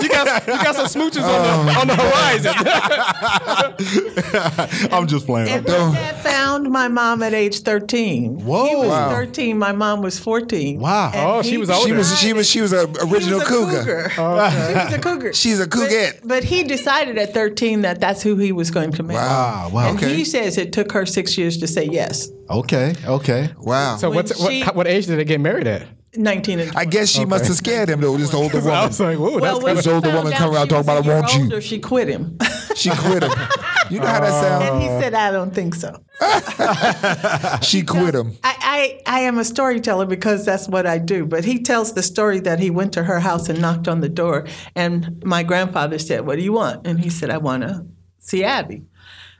Speaker 1: you got you got some smooches on
Speaker 4: uh,
Speaker 1: the on the horizon.
Speaker 8: [laughs] I'm just playing.
Speaker 9: And my dad found my mom at age 13.
Speaker 8: Whoa.
Speaker 9: He was
Speaker 8: Wow.
Speaker 9: 13. My mom was 14.
Speaker 8: Wow.
Speaker 9: And
Speaker 1: Oh, she
Speaker 9: he
Speaker 1: was older.
Speaker 4: She was she was she was a
Speaker 9: She
Speaker 4: original
Speaker 9: was a
Speaker 4: cougar.
Speaker 9: She was a cougar.
Speaker 4: She's a cougar.
Speaker 9: But, but he decided at 13 that that's who he was going to marry.
Speaker 8: Wow, wow.
Speaker 9: And
Speaker 4: Okay.
Speaker 9: he says it took her six years to say yes.
Speaker 8: Okay. Okay.
Speaker 4: Wow.
Speaker 1: [laughs] So
Speaker 9: When
Speaker 1: what's, what
Speaker 9: she-
Speaker 1: how- what age did they get married at?
Speaker 9: 19 and
Speaker 4: I
Speaker 9: 20.
Speaker 4: guess she must have scared him though. This older
Speaker 1: I
Speaker 4: woman,
Speaker 1: was like, whoa,
Speaker 9: well,
Speaker 1: that's
Speaker 9: when
Speaker 1: kinda-
Speaker 9: she
Speaker 8: older
Speaker 9: found
Speaker 8: woman
Speaker 9: out
Speaker 8: coming out
Speaker 9: she
Speaker 8: talking about,
Speaker 9: was a
Speaker 8: "I
Speaker 9: year
Speaker 8: want you."
Speaker 9: Older, she quit him.
Speaker 4: she quit him. You know how that sounds.
Speaker 9: and he said, I don't think so.
Speaker 4: She quit him.
Speaker 9: I, I, I am a storyteller because that's what I do. But he tells the story that he went to her house and knocked on the door. And my grandfather said, What do you want? And he said, I want to see Abby.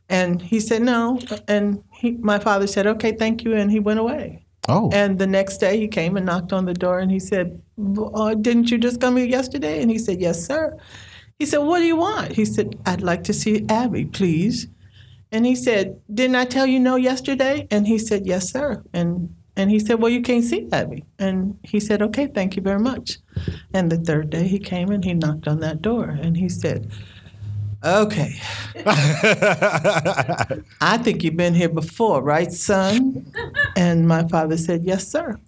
Speaker 9: And he said, No. And he, my father said, Okay, thank you. And he went away.
Speaker 8: Oh.
Speaker 9: And the next day he came and knocked on the door and he said, uh, Didn't you just come here yesterday? And he said, Yes, sir. He said, What do you want? He said, I'd like to see Abby, please. And he said, Didn't I tell you no yesterday? And he said, Yes, sir. And and he said, Well, you can't see Abby. And he said, Okay, thank you very much. And the third day he came and he knocked on that door and he said, Okay. I think you've been here before, right, son? And my father said, Yes, sir.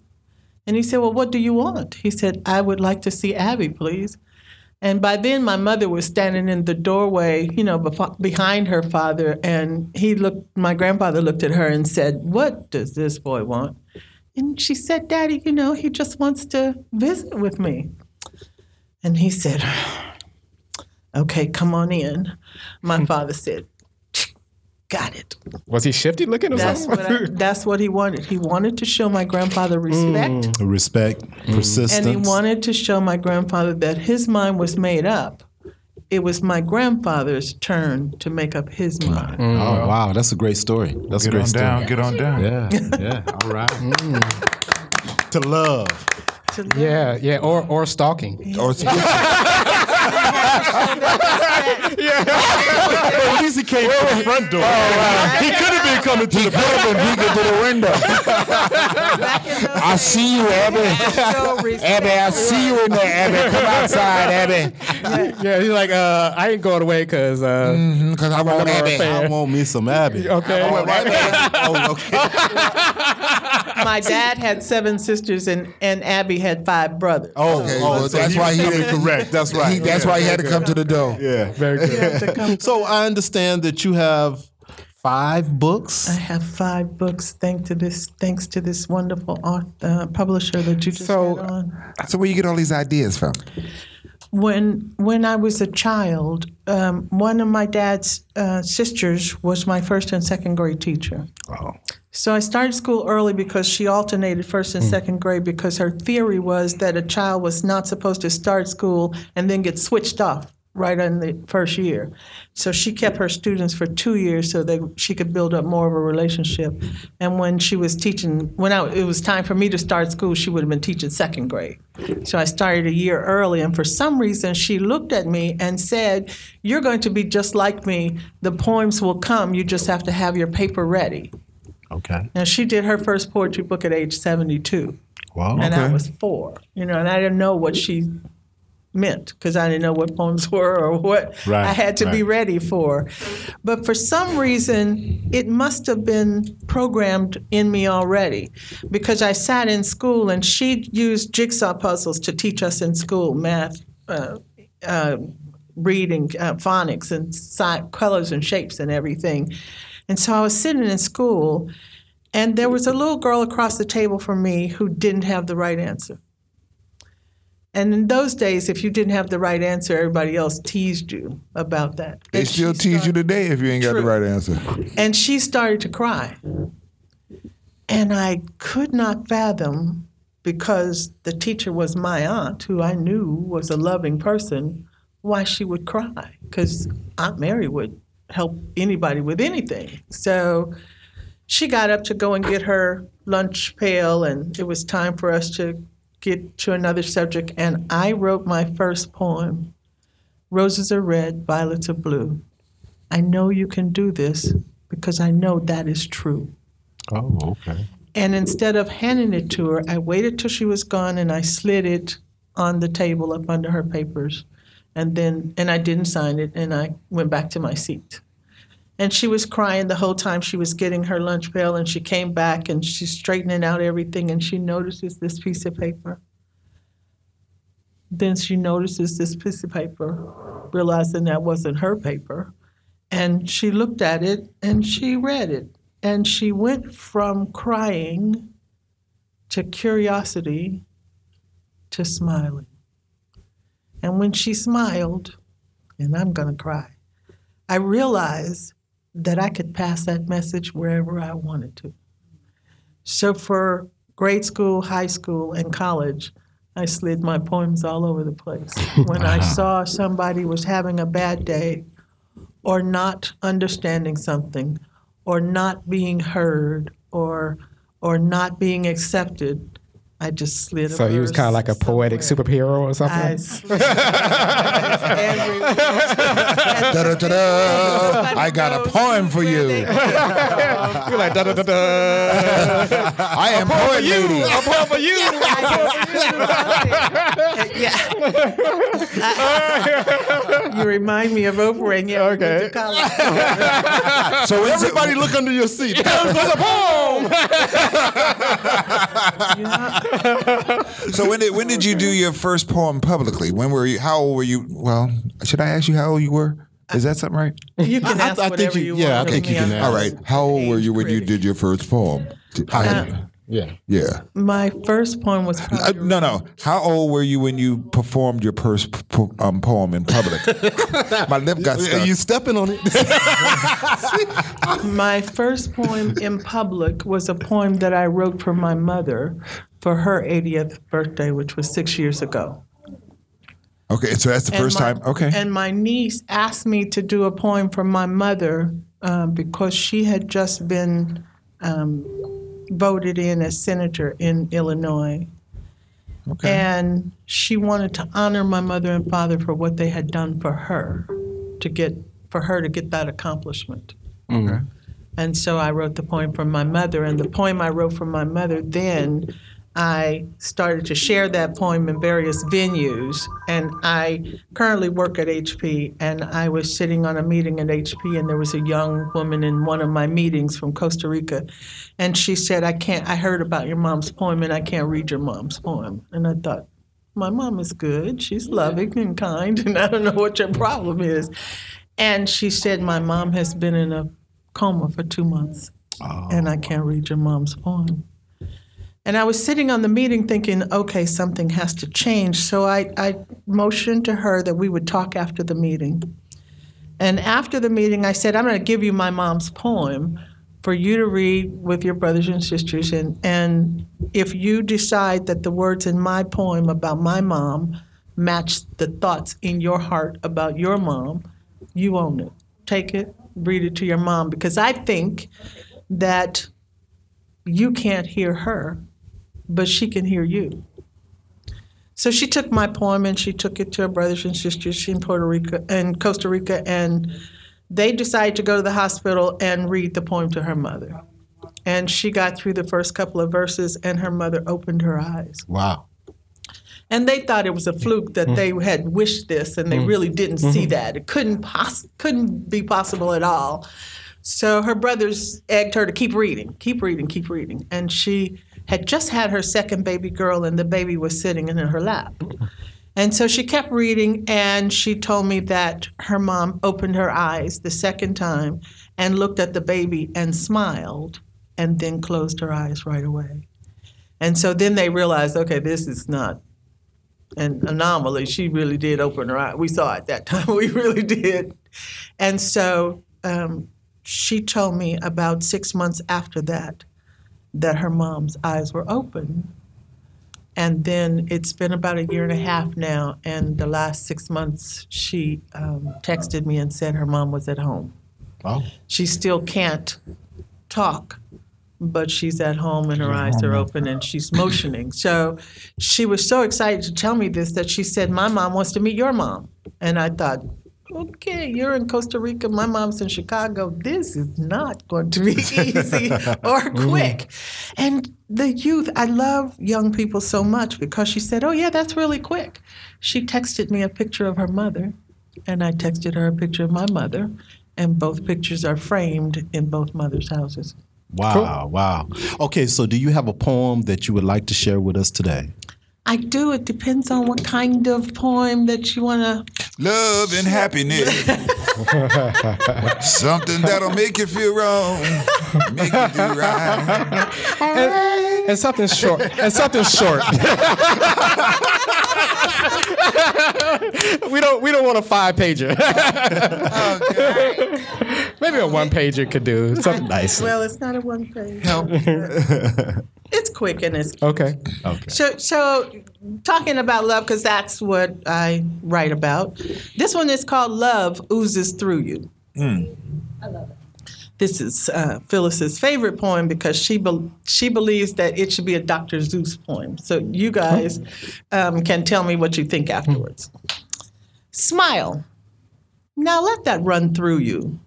Speaker 9: And he said, Well, what do you want? He said, I would like to see Abby, please. And by then, my mother was standing in the doorway, you know, bef- behind her father. And he looked, my grandfather looked at her and said, What does this boy want? And she said, Daddy, you know, he just wants to visit with me. And he said, Okay, come on in. My father said, Got it.
Speaker 1: was he shifty looking or
Speaker 9: That's
Speaker 1: something? [laughs]
Speaker 9: what, I, that's what he wanted. He wanted to show my grandfather respect,
Speaker 3: Respect,
Speaker 8: Mm.
Speaker 3: persistence.
Speaker 9: and he wanted to show my grandfather that his mind was made up. It was my grandfather's turn to make up his mind.
Speaker 8: Oh, wow. That's a great story. That's a
Speaker 5: Get
Speaker 8: great
Speaker 5: on
Speaker 8: story.
Speaker 5: down. Get on down.
Speaker 8: Yeah. Yeah. [laughs] mm. All right.
Speaker 3: to love.
Speaker 9: To love
Speaker 1: yeah, yeah, or or stalking.
Speaker 4: Or
Speaker 8: [laughs] At least he came to the front door. Oh, He could have been coming to the
Speaker 5: Put him peeking through
Speaker 8: [laughs]
Speaker 5: the window.
Speaker 9: back in those
Speaker 5: Mm. I
Speaker 9: days,
Speaker 5: see you,
Speaker 9: I
Speaker 5: Abby.
Speaker 9: show respect.
Speaker 5: Abby, I see you in there, Abby. Come outside, Abby.
Speaker 1: [laughs] Yeah, he's like, uh, I ain't going away because uh,
Speaker 4: Mm-hmm. Mm,
Speaker 5: Because I want Abby.
Speaker 1: fair.
Speaker 3: I want me some Abby.
Speaker 1: okay,
Speaker 3: oh, okay.
Speaker 9: My dad had seven sisters, and, and Abby had five brothers.
Speaker 5: Oh, okay.
Speaker 3: oh,
Speaker 5: well,
Speaker 3: so
Speaker 5: that's
Speaker 3: he
Speaker 5: why
Speaker 3: was
Speaker 5: he
Speaker 3: coming
Speaker 5: didn't
Speaker 3: correct. That's right.
Speaker 5: He, that's
Speaker 3: Yeah,
Speaker 5: why he had to come to the door.
Speaker 3: Yeah.
Speaker 1: very good.
Speaker 3: [laughs] So I understand that you have five books.
Speaker 9: I have five books, thanks to this, thanks to this wonderful author, uh, publisher that you just
Speaker 1: So-
Speaker 9: had on.
Speaker 4: So where you get all these ideas from?
Speaker 9: when when I was a child, um, one of my dad's uh, sisters was my first and second grade teacher. So I started school early because she alternated first and second grade because her theory was that a child was not supposed to start school and then get switched off right in the first year. So she kept her students for 2 years so that she could build up more of a relationship. And when she was teaching when I, it was time for me to start school, she would have been teaching second grade. So I started a year early and for some reason she looked at me and said, "You're going to be just like me. The poems will come. You just have to have your paper ready."
Speaker 8: Okay.
Speaker 9: Now she did her first poetry book at age 72,
Speaker 3: Oh,
Speaker 8: Wow.
Speaker 9: and I was four. You know, and I didn't know what she meant because I didn't know what poems [laughs] were or what
Speaker 8: Right,
Speaker 9: I had to be
Speaker 8: right.
Speaker 9: ready for. But for some reason, it must have been programmed in me already because I sat in school and she used jigsaw puzzles to teach us in school math. Uh, uh, reading uh, phonics and si- colors and shapes and everything. And so I was sitting in school, and there was a little girl across the table from me who didn't have the right answer. And in those days, if you didn't have the right answer, everybody else teased you about that.
Speaker 4: They
Speaker 9: And
Speaker 4: still
Speaker 9: she
Speaker 4: tease you
Speaker 9: started-
Speaker 4: today if you ain't got the
Speaker 9: True.
Speaker 4: right answer.
Speaker 9: and she started to cry. And I could not fathom because the teacher was my aunt, who I knew was a loving person, why she would cry. Because Aunt Mary would help anybody with anything. So she got up to go and get her lunch pail, and it was time for us to get to another subject. And I wrote my first poem Roses are red, violets are blue. I know you can do this because I know that is true.
Speaker 2: Oh, okay.
Speaker 9: And instead of handing it to her, I waited till she was gone and I slid it on the table up under her papers. And then, and I didn't sign it and I went back to my seat. And she was crying the whole time she was getting her lunch pail and she came back and she's straightening out everything and she notices this piece of paper. Then she notices this piece of paper, realizing that wasn't her paper. And she looked at it and she read it. And she went from crying to curiosity to smiling. And when she smiled, and I'm going to cry, I realized that I could pass that message wherever I wanted to. So for grade school, high school, and college, I slid my poems all over the
Speaker 1: [laughs]
Speaker 9: place. When I saw somebody was having a bad day, or not understanding something or not being heard or or not being accepted i just slid
Speaker 1: So he was kind of like a poetic superhero or something.
Speaker 4: [laughs]
Speaker 9: I slid everywhere.
Speaker 4: Da-da-da-da. I got a poem for you.
Speaker 1: You're like da da da da.
Speaker 4: I am poet lady.
Speaker 1: I'm poor for you.
Speaker 9: you remind me of Oprah yeah okay.
Speaker 4: So everybody look under your seat. so when did when did you do your first poem publicly? When were you? How old were you? Well, should I ask you how old you were? Is that something right?
Speaker 9: you can ask
Speaker 3: I think
Speaker 9: whatever
Speaker 3: you-
Speaker 9: you,
Speaker 3: yeah, I
Speaker 9: want
Speaker 3: think
Speaker 9: of
Speaker 3: you
Speaker 9: me.
Speaker 3: can
Speaker 4: All right. How old were you when you
Speaker 9: critic.
Speaker 4: did your first poem?
Speaker 3: Uh-huh.
Speaker 4: I,
Speaker 2: Yeah.
Speaker 4: yeah.
Speaker 9: my first poem was
Speaker 4: Uh,
Speaker 9: probably
Speaker 4: no, no. How old were you when you performed your first p- p- um, poem in public? My lip got
Speaker 3: Are
Speaker 4: stuck.
Speaker 3: you stepping on it?
Speaker 9: My first poem in public was a poem that I wrote for my mother for her 80th birthday, which was six years ago.
Speaker 4: Okay, so that's the
Speaker 9: And
Speaker 4: first
Speaker 9: my-
Speaker 4: time. Okay.
Speaker 9: And my niece asked me to do a poem for my mother um, because she had just been um, voted in as senator in Illinois. And she wanted to honor my mother and father for what they had done for her to get for her to get that accomplishment. And so I wrote the poem for my mother. And the poem I wrote for my mother then, I started to share that poem in various venues. And I currently work at HP. And I was sitting on a meeting at HP, and there was a young woman in one of my meetings from Costa Rica. And she said, I can't, I heard about your mom's poem, and I can't read your mom's poem. And I thought, my mom is good. She's loving and kind, and I don't know what your problem is. And she said, My mom has been in a coma for two months, and I can't read your mom's poem. And I was sitting on the meeting thinking, okay, something has to change. So I, I motioned to her that we would talk after the meeting. And after the meeting, I said, I'm going to give you my mom's poem for you to read with your brothers and sisters. And, and if you decide that the words in my poem about my mom match the thoughts in your heart about your mom, you own it. Take it, read it to your mom, because I think that you can't hear her, but she can hear you. So she took my poem and she took it to her brothers and sisters in Puerto Rico and Costa Rica, and they decided to go to the hospital and read the poem to her mother. And she got through the first couple of verses, and her mother opened her eyes.
Speaker 3: Wow.
Speaker 9: And they thought it was a fluke that they had wished this, and they really didn't see that. It couldn't poss- couldn't be possible at all. So her brothers egged her to keep reading, keep reading, keep reading. And she had just had her second baby girl, and the baby was sitting in her lap. And so she kept reading, and she told me that her mom opened her eyes the second time and looked at the baby and smiled, and then closed her eyes right away. And so then they realized, okay, this is not an anomaly. She really did open her eye. We saw it that [laughs] time. We really did. And so um, she told me about six months after that that her mom's eyes were open. And then it's been about a year and a half now. And the last six months, she um, texted me and said her mom was at home. She still can't talk, but she's at home and her eyes are open and she's motioning. So she was so excited to tell me this that she said, My mom wants to meet your mom. And I thought, okay, you're in Costa Rica, my mom's in Chicago. This is not going to be [laughs] easy or quick. And the youth, I love young people so much because she said, oh, yeah, that's really quick. She texted me a picture of her mother, and I texted her a picture of my mother. And both pictures are framed in both mothers' houses.
Speaker 3: Wow, wow. Okay, so do you have a poem that you would like to share with us today?
Speaker 9: I do. It depends on what kind of poem that you want to.
Speaker 4: Love
Speaker 1: [laughs]
Speaker 4: and happiness. Something that'll make you feel wrong. Make you do right.
Speaker 1: [laughs] and something short. And something short. [laughs] we don't. We don't want a five [laughs] pager. Maybe a one pager could do something nice.
Speaker 9: Well, it's not a one page.
Speaker 4: Help.
Speaker 9: It's quick and it's
Speaker 1: [laughs] Okay.
Speaker 9: So, so talking about love, because that's what I write about. This one is called "Love Oozes Through You." I love it. This is uh, Phyllis's favorite poem because she bel she believes that it should be a Dr. Zeus poem. So you guys um, can tell me what you think afterwards. Smile. Now let that run through you,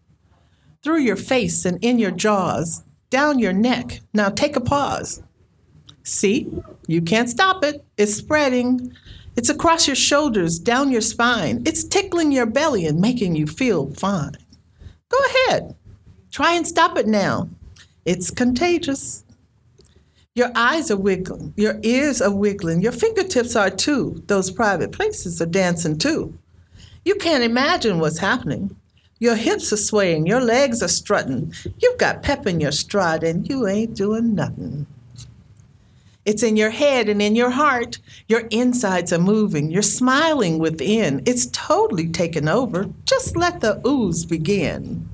Speaker 9: through your face and in your jaws, down your neck. Now take a pause. See, you can't stop it. It's spreading. It's across your shoulders, down your spine. It's tickling your belly and making you feel fine. Go ahead. Try and stop it now. It's contagious. Your eyes are wiggling. Your ears are wiggling. Your fingertips are too. Those private places are dancing too. You can't imagine what's happening. Your hips are swaying. Your legs are strutting. You've got pep in your stride and you ain't doing nothing. It's in your head and in your heart. Your insides are moving. You're smiling within. It's totally taken over. Just let the ooze begin.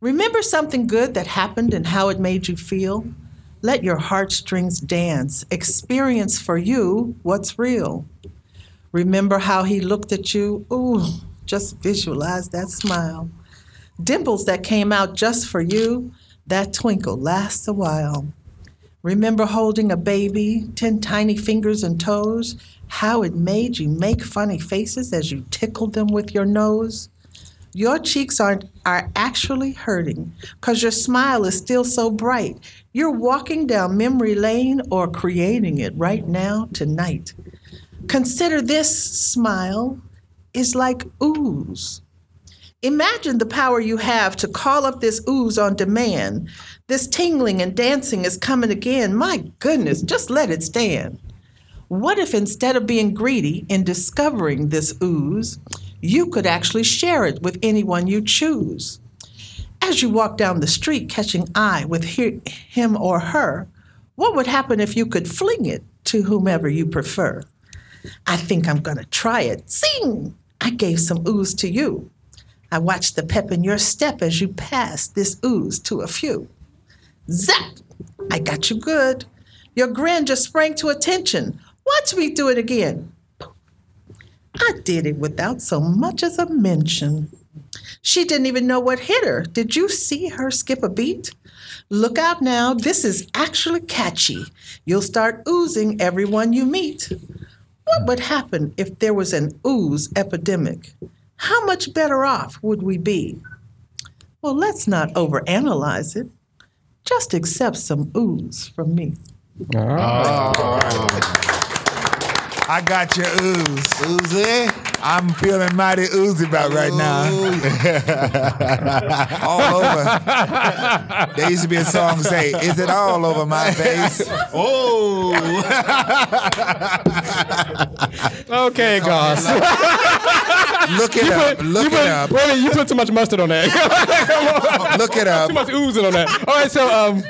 Speaker 9: Remember something good that happened and how it made you feel? Let your heartstrings dance. Experience for you what's real. Remember how he looked at you? Ooh, just visualize that smile. Dimples that came out just for you, that twinkle lasts a while. Remember holding a baby, 10 tiny fingers and toes? How it made you make funny faces as you tickled them with your nose? Your cheeks aren't, are actually hurting because your smile is still so bright. You're walking down memory lane or creating it right now, tonight. Consider this smile is like ooze. Imagine the power you have to call up this ooze on demand. This tingling and dancing is coming again. My goodness, just let it stand. What if instead of being greedy in discovering this ooze, you could actually share it with anyone you choose? As you walk down the street catching eye with he- him or her, what would happen if you could fling it to whomever you prefer? I think I'm going to try it. Sing! I gave some ooze to you. I watched the pep in your step as you passed this ooze to a few. Zap! I got you good. Your grin just sprang to attention. Watch me do it again. I did it without so much as a mention. She didn't even know what hit her. Did you see her skip a beat? Look out now, this is actually catchy. You'll start oozing everyone you meet. What would happen if there was an ooze epidemic? How much better off would we be? Well, let's not overanalyze it. Just accept some ooze from me.
Speaker 4: I got your ooze. Oozy? I'm feeling mighty oozy about right now. all over. There used to be a song say, Is it all over my face? oh.
Speaker 1: Okay, guys.
Speaker 4: Look it up. Look
Speaker 1: [laughs] you
Speaker 4: it
Speaker 1: put,
Speaker 4: up.
Speaker 1: wait a minute, you put too much mustard on that. [laughs]
Speaker 4: Look it
Speaker 1: too
Speaker 4: up.
Speaker 1: much oozing on that. All right, so um,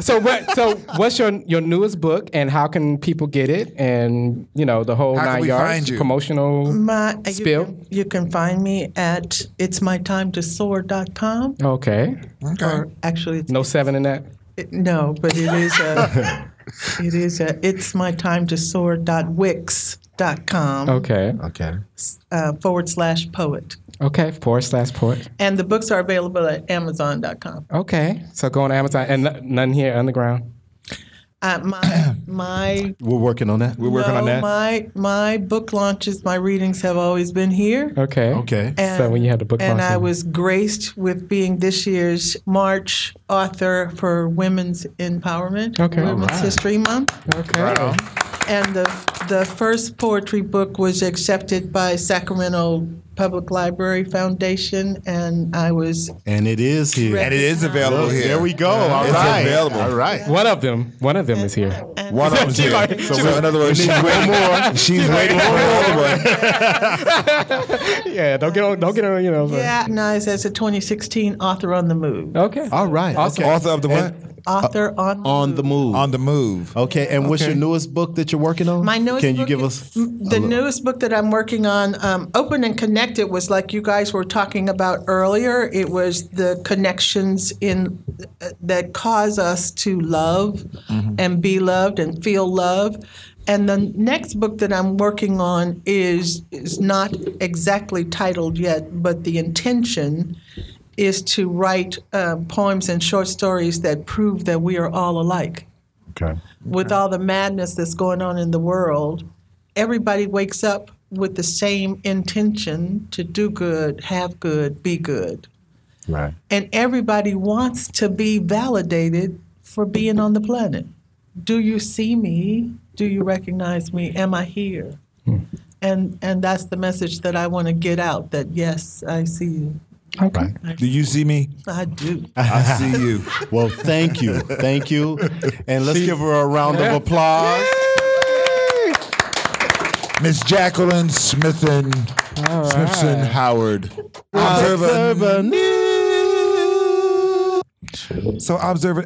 Speaker 1: so what? So what's your your newest book, and how can people get it? And you know the whole
Speaker 4: How can
Speaker 1: nine
Speaker 4: we
Speaker 1: yards.
Speaker 4: find you?
Speaker 1: Promotional.
Speaker 9: My, you
Speaker 1: Spill.
Speaker 9: can- You can find me at it'smytimetosoar.com.
Speaker 1: Okay,
Speaker 9: Or actually, it's,
Speaker 1: no seven in that.
Speaker 9: it- no, but it is
Speaker 1: [laughs]
Speaker 9: a, it is a it'smytimetosoar.wix.com
Speaker 1: Okay,
Speaker 3: Okay.
Speaker 9: uh, forward slash poet.
Speaker 1: okay. Poor slash poet.
Speaker 9: And the books are available at amazon.com.
Speaker 1: Okay, so go on Amazon and n- none here underground. [coughs]
Speaker 9: Uh, my my
Speaker 8: We're working on that.
Speaker 3: We're working
Speaker 9: no,
Speaker 3: on that.
Speaker 9: my my book launches, my readings have always been here.
Speaker 1: Okay.
Speaker 8: Okay.
Speaker 1: Oh, So when you had the book
Speaker 9: and
Speaker 1: launch,
Speaker 9: I
Speaker 1: you-
Speaker 9: was graced with being this year's March author for Women's Empowerment,
Speaker 1: Okay. All
Speaker 9: Women's History Month,
Speaker 1: Okay.
Speaker 9: and the the first poetry book was accepted by Sacramento Public Library Foundation, and I was
Speaker 3: And it is here.
Speaker 4: And it is available here.
Speaker 8: There we go. All right.
Speaker 4: It's available.
Speaker 8: All right.
Speaker 1: One of them. One of them is
Speaker 9: [laughs]
Speaker 1: here.
Speaker 9: and
Speaker 4: One of [laughs] them's here.
Speaker 1: like-
Speaker 4: so in other words, she's
Speaker 2: [laughs]
Speaker 4: waiting more. She's waiting for another one.
Speaker 1: Yeah. Don't get on. Don't get on. You know. but-
Speaker 9: yeah, recognized as a 2016 author on the move.
Speaker 1: Okay.
Speaker 8: All right.
Speaker 1: Awesome.
Speaker 8: Okay.
Speaker 4: Author of the what?
Speaker 9: Author on the
Speaker 8: On
Speaker 9: move.
Speaker 8: the move.
Speaker 4: On the move.
Speaker 8: okay. And what's
Speaker 1: Okay.
Speaker 8: your newest book that you're working on?
Speaker 9: My newest
Speaker 8: Can you
Speaker 9: book
Speaker 8: give
Speaker 9: is-
Speaker 8: us?
Speaker 9: m- the newest book that I'm working on? Um, Open and connected was like you guys were talking about earlier. It was the connections in uh, that cause us to love
Speaker 8: Mm-hmm.
Speaker 9: and be loved and feel love. And the next book that I'm working on is is not exactly titled yet, but the intention is to write uh, poems and short stories that prove that we are all alike
Speaker 8: Okay.
Speaker 9: with all the madness that's going on in the world, everybody wakes up with the same intention to do good, have good, be good.
Speaker 8: Right.
Speaker 9: And everybody wants to be validated for being on the planet. Do you see me? Do you recognize me? Am I here? And and that's the message that I want to get out that yes, I see you.
Speaker 1: Okay.
Speaker 4: Do you see me?
Speaker 9: I do.
Speaker 2: [laughs]
Speaker 4: I see you.
Speaker 8: Well, thank you. Thank you. And let's give her a round of applause.
Speaker 4: Miss Jacqueline Smithen, Smithson Howard. Observer. So observer.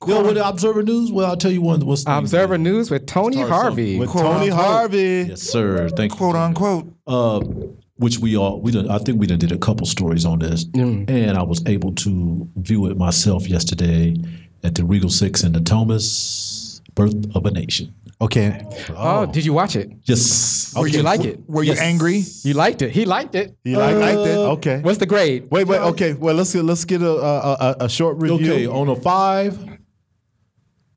Speaker 2: Go with the Observer News. Well, I'll tell you one. What's the-
Speaker 1: Observer News with Tony Harvey.
Speaker 8: With Tony Harvey.
Speaker 2: Yes, sir. Thank you.
Speaker 4: Quote unquote.
Speaker 2: Oh, which we all we done, I think we done did a couple stories on this, and I was able to view it myself yesterday at the Regal Six in the Thomas Birth of a Nation.
Speaker 8: Okay.
Speaker 1: Oh, did you watch it?
Speaker 2: Yes,
Speaker 1: Did you like it?
Speaker 4: Were you angry?
Speaker 1: You liked it. He liked it.
Speaker 8: You like,
Speaker 4: liked it?
Speaker 8: Okay.
Speaker 1: What's the grade?
Speaker 8: Wait, wait. Okay. Well, let's get let's get a a, a, a short review.
Speaker 2: okay. On a five,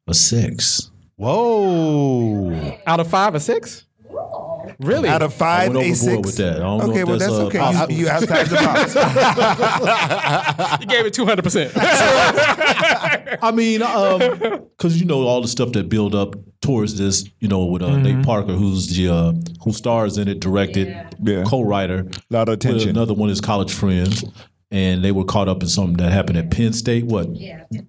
Speaker 2: a six.
Speaker 8: Whoa.
Speaker 1: Out of five or six? Really?
Speaker 4: Out of
Speaker 2: I
Speaker 4: five,
Speaker 2: went
Speaker 4: a
Speaker 2: overboard
Speaker 4: six.
Speaker 2: with that. I don't know
Speaker 4: okay,
Speaker 2: if
Speaker 4: well
Speaker 2: that's,
Speaker 4: that's
Speaker 2: uh,
Speaker 4: okay.
Speaker 2: possible.
Speaker 4: You, you outside the box.
Speaker 1: you gave it two hundred percent. That's
Speaker 2: I mean, because you know all the stuff that build up towards this. You know, with uh,
Speaker 4: Mm-hmm.
Speaker 2: Nate Parker, who's the uh, who stars in it, directed,
Speaker 4: Yeah.
Speaker 2: co-writer.
Speaker 4: A lot of
Speaker 2: With
Speaker 4: attention.
Speaker 2: Another one is College Friends, and they were caught up in something that happened at Penn State. What?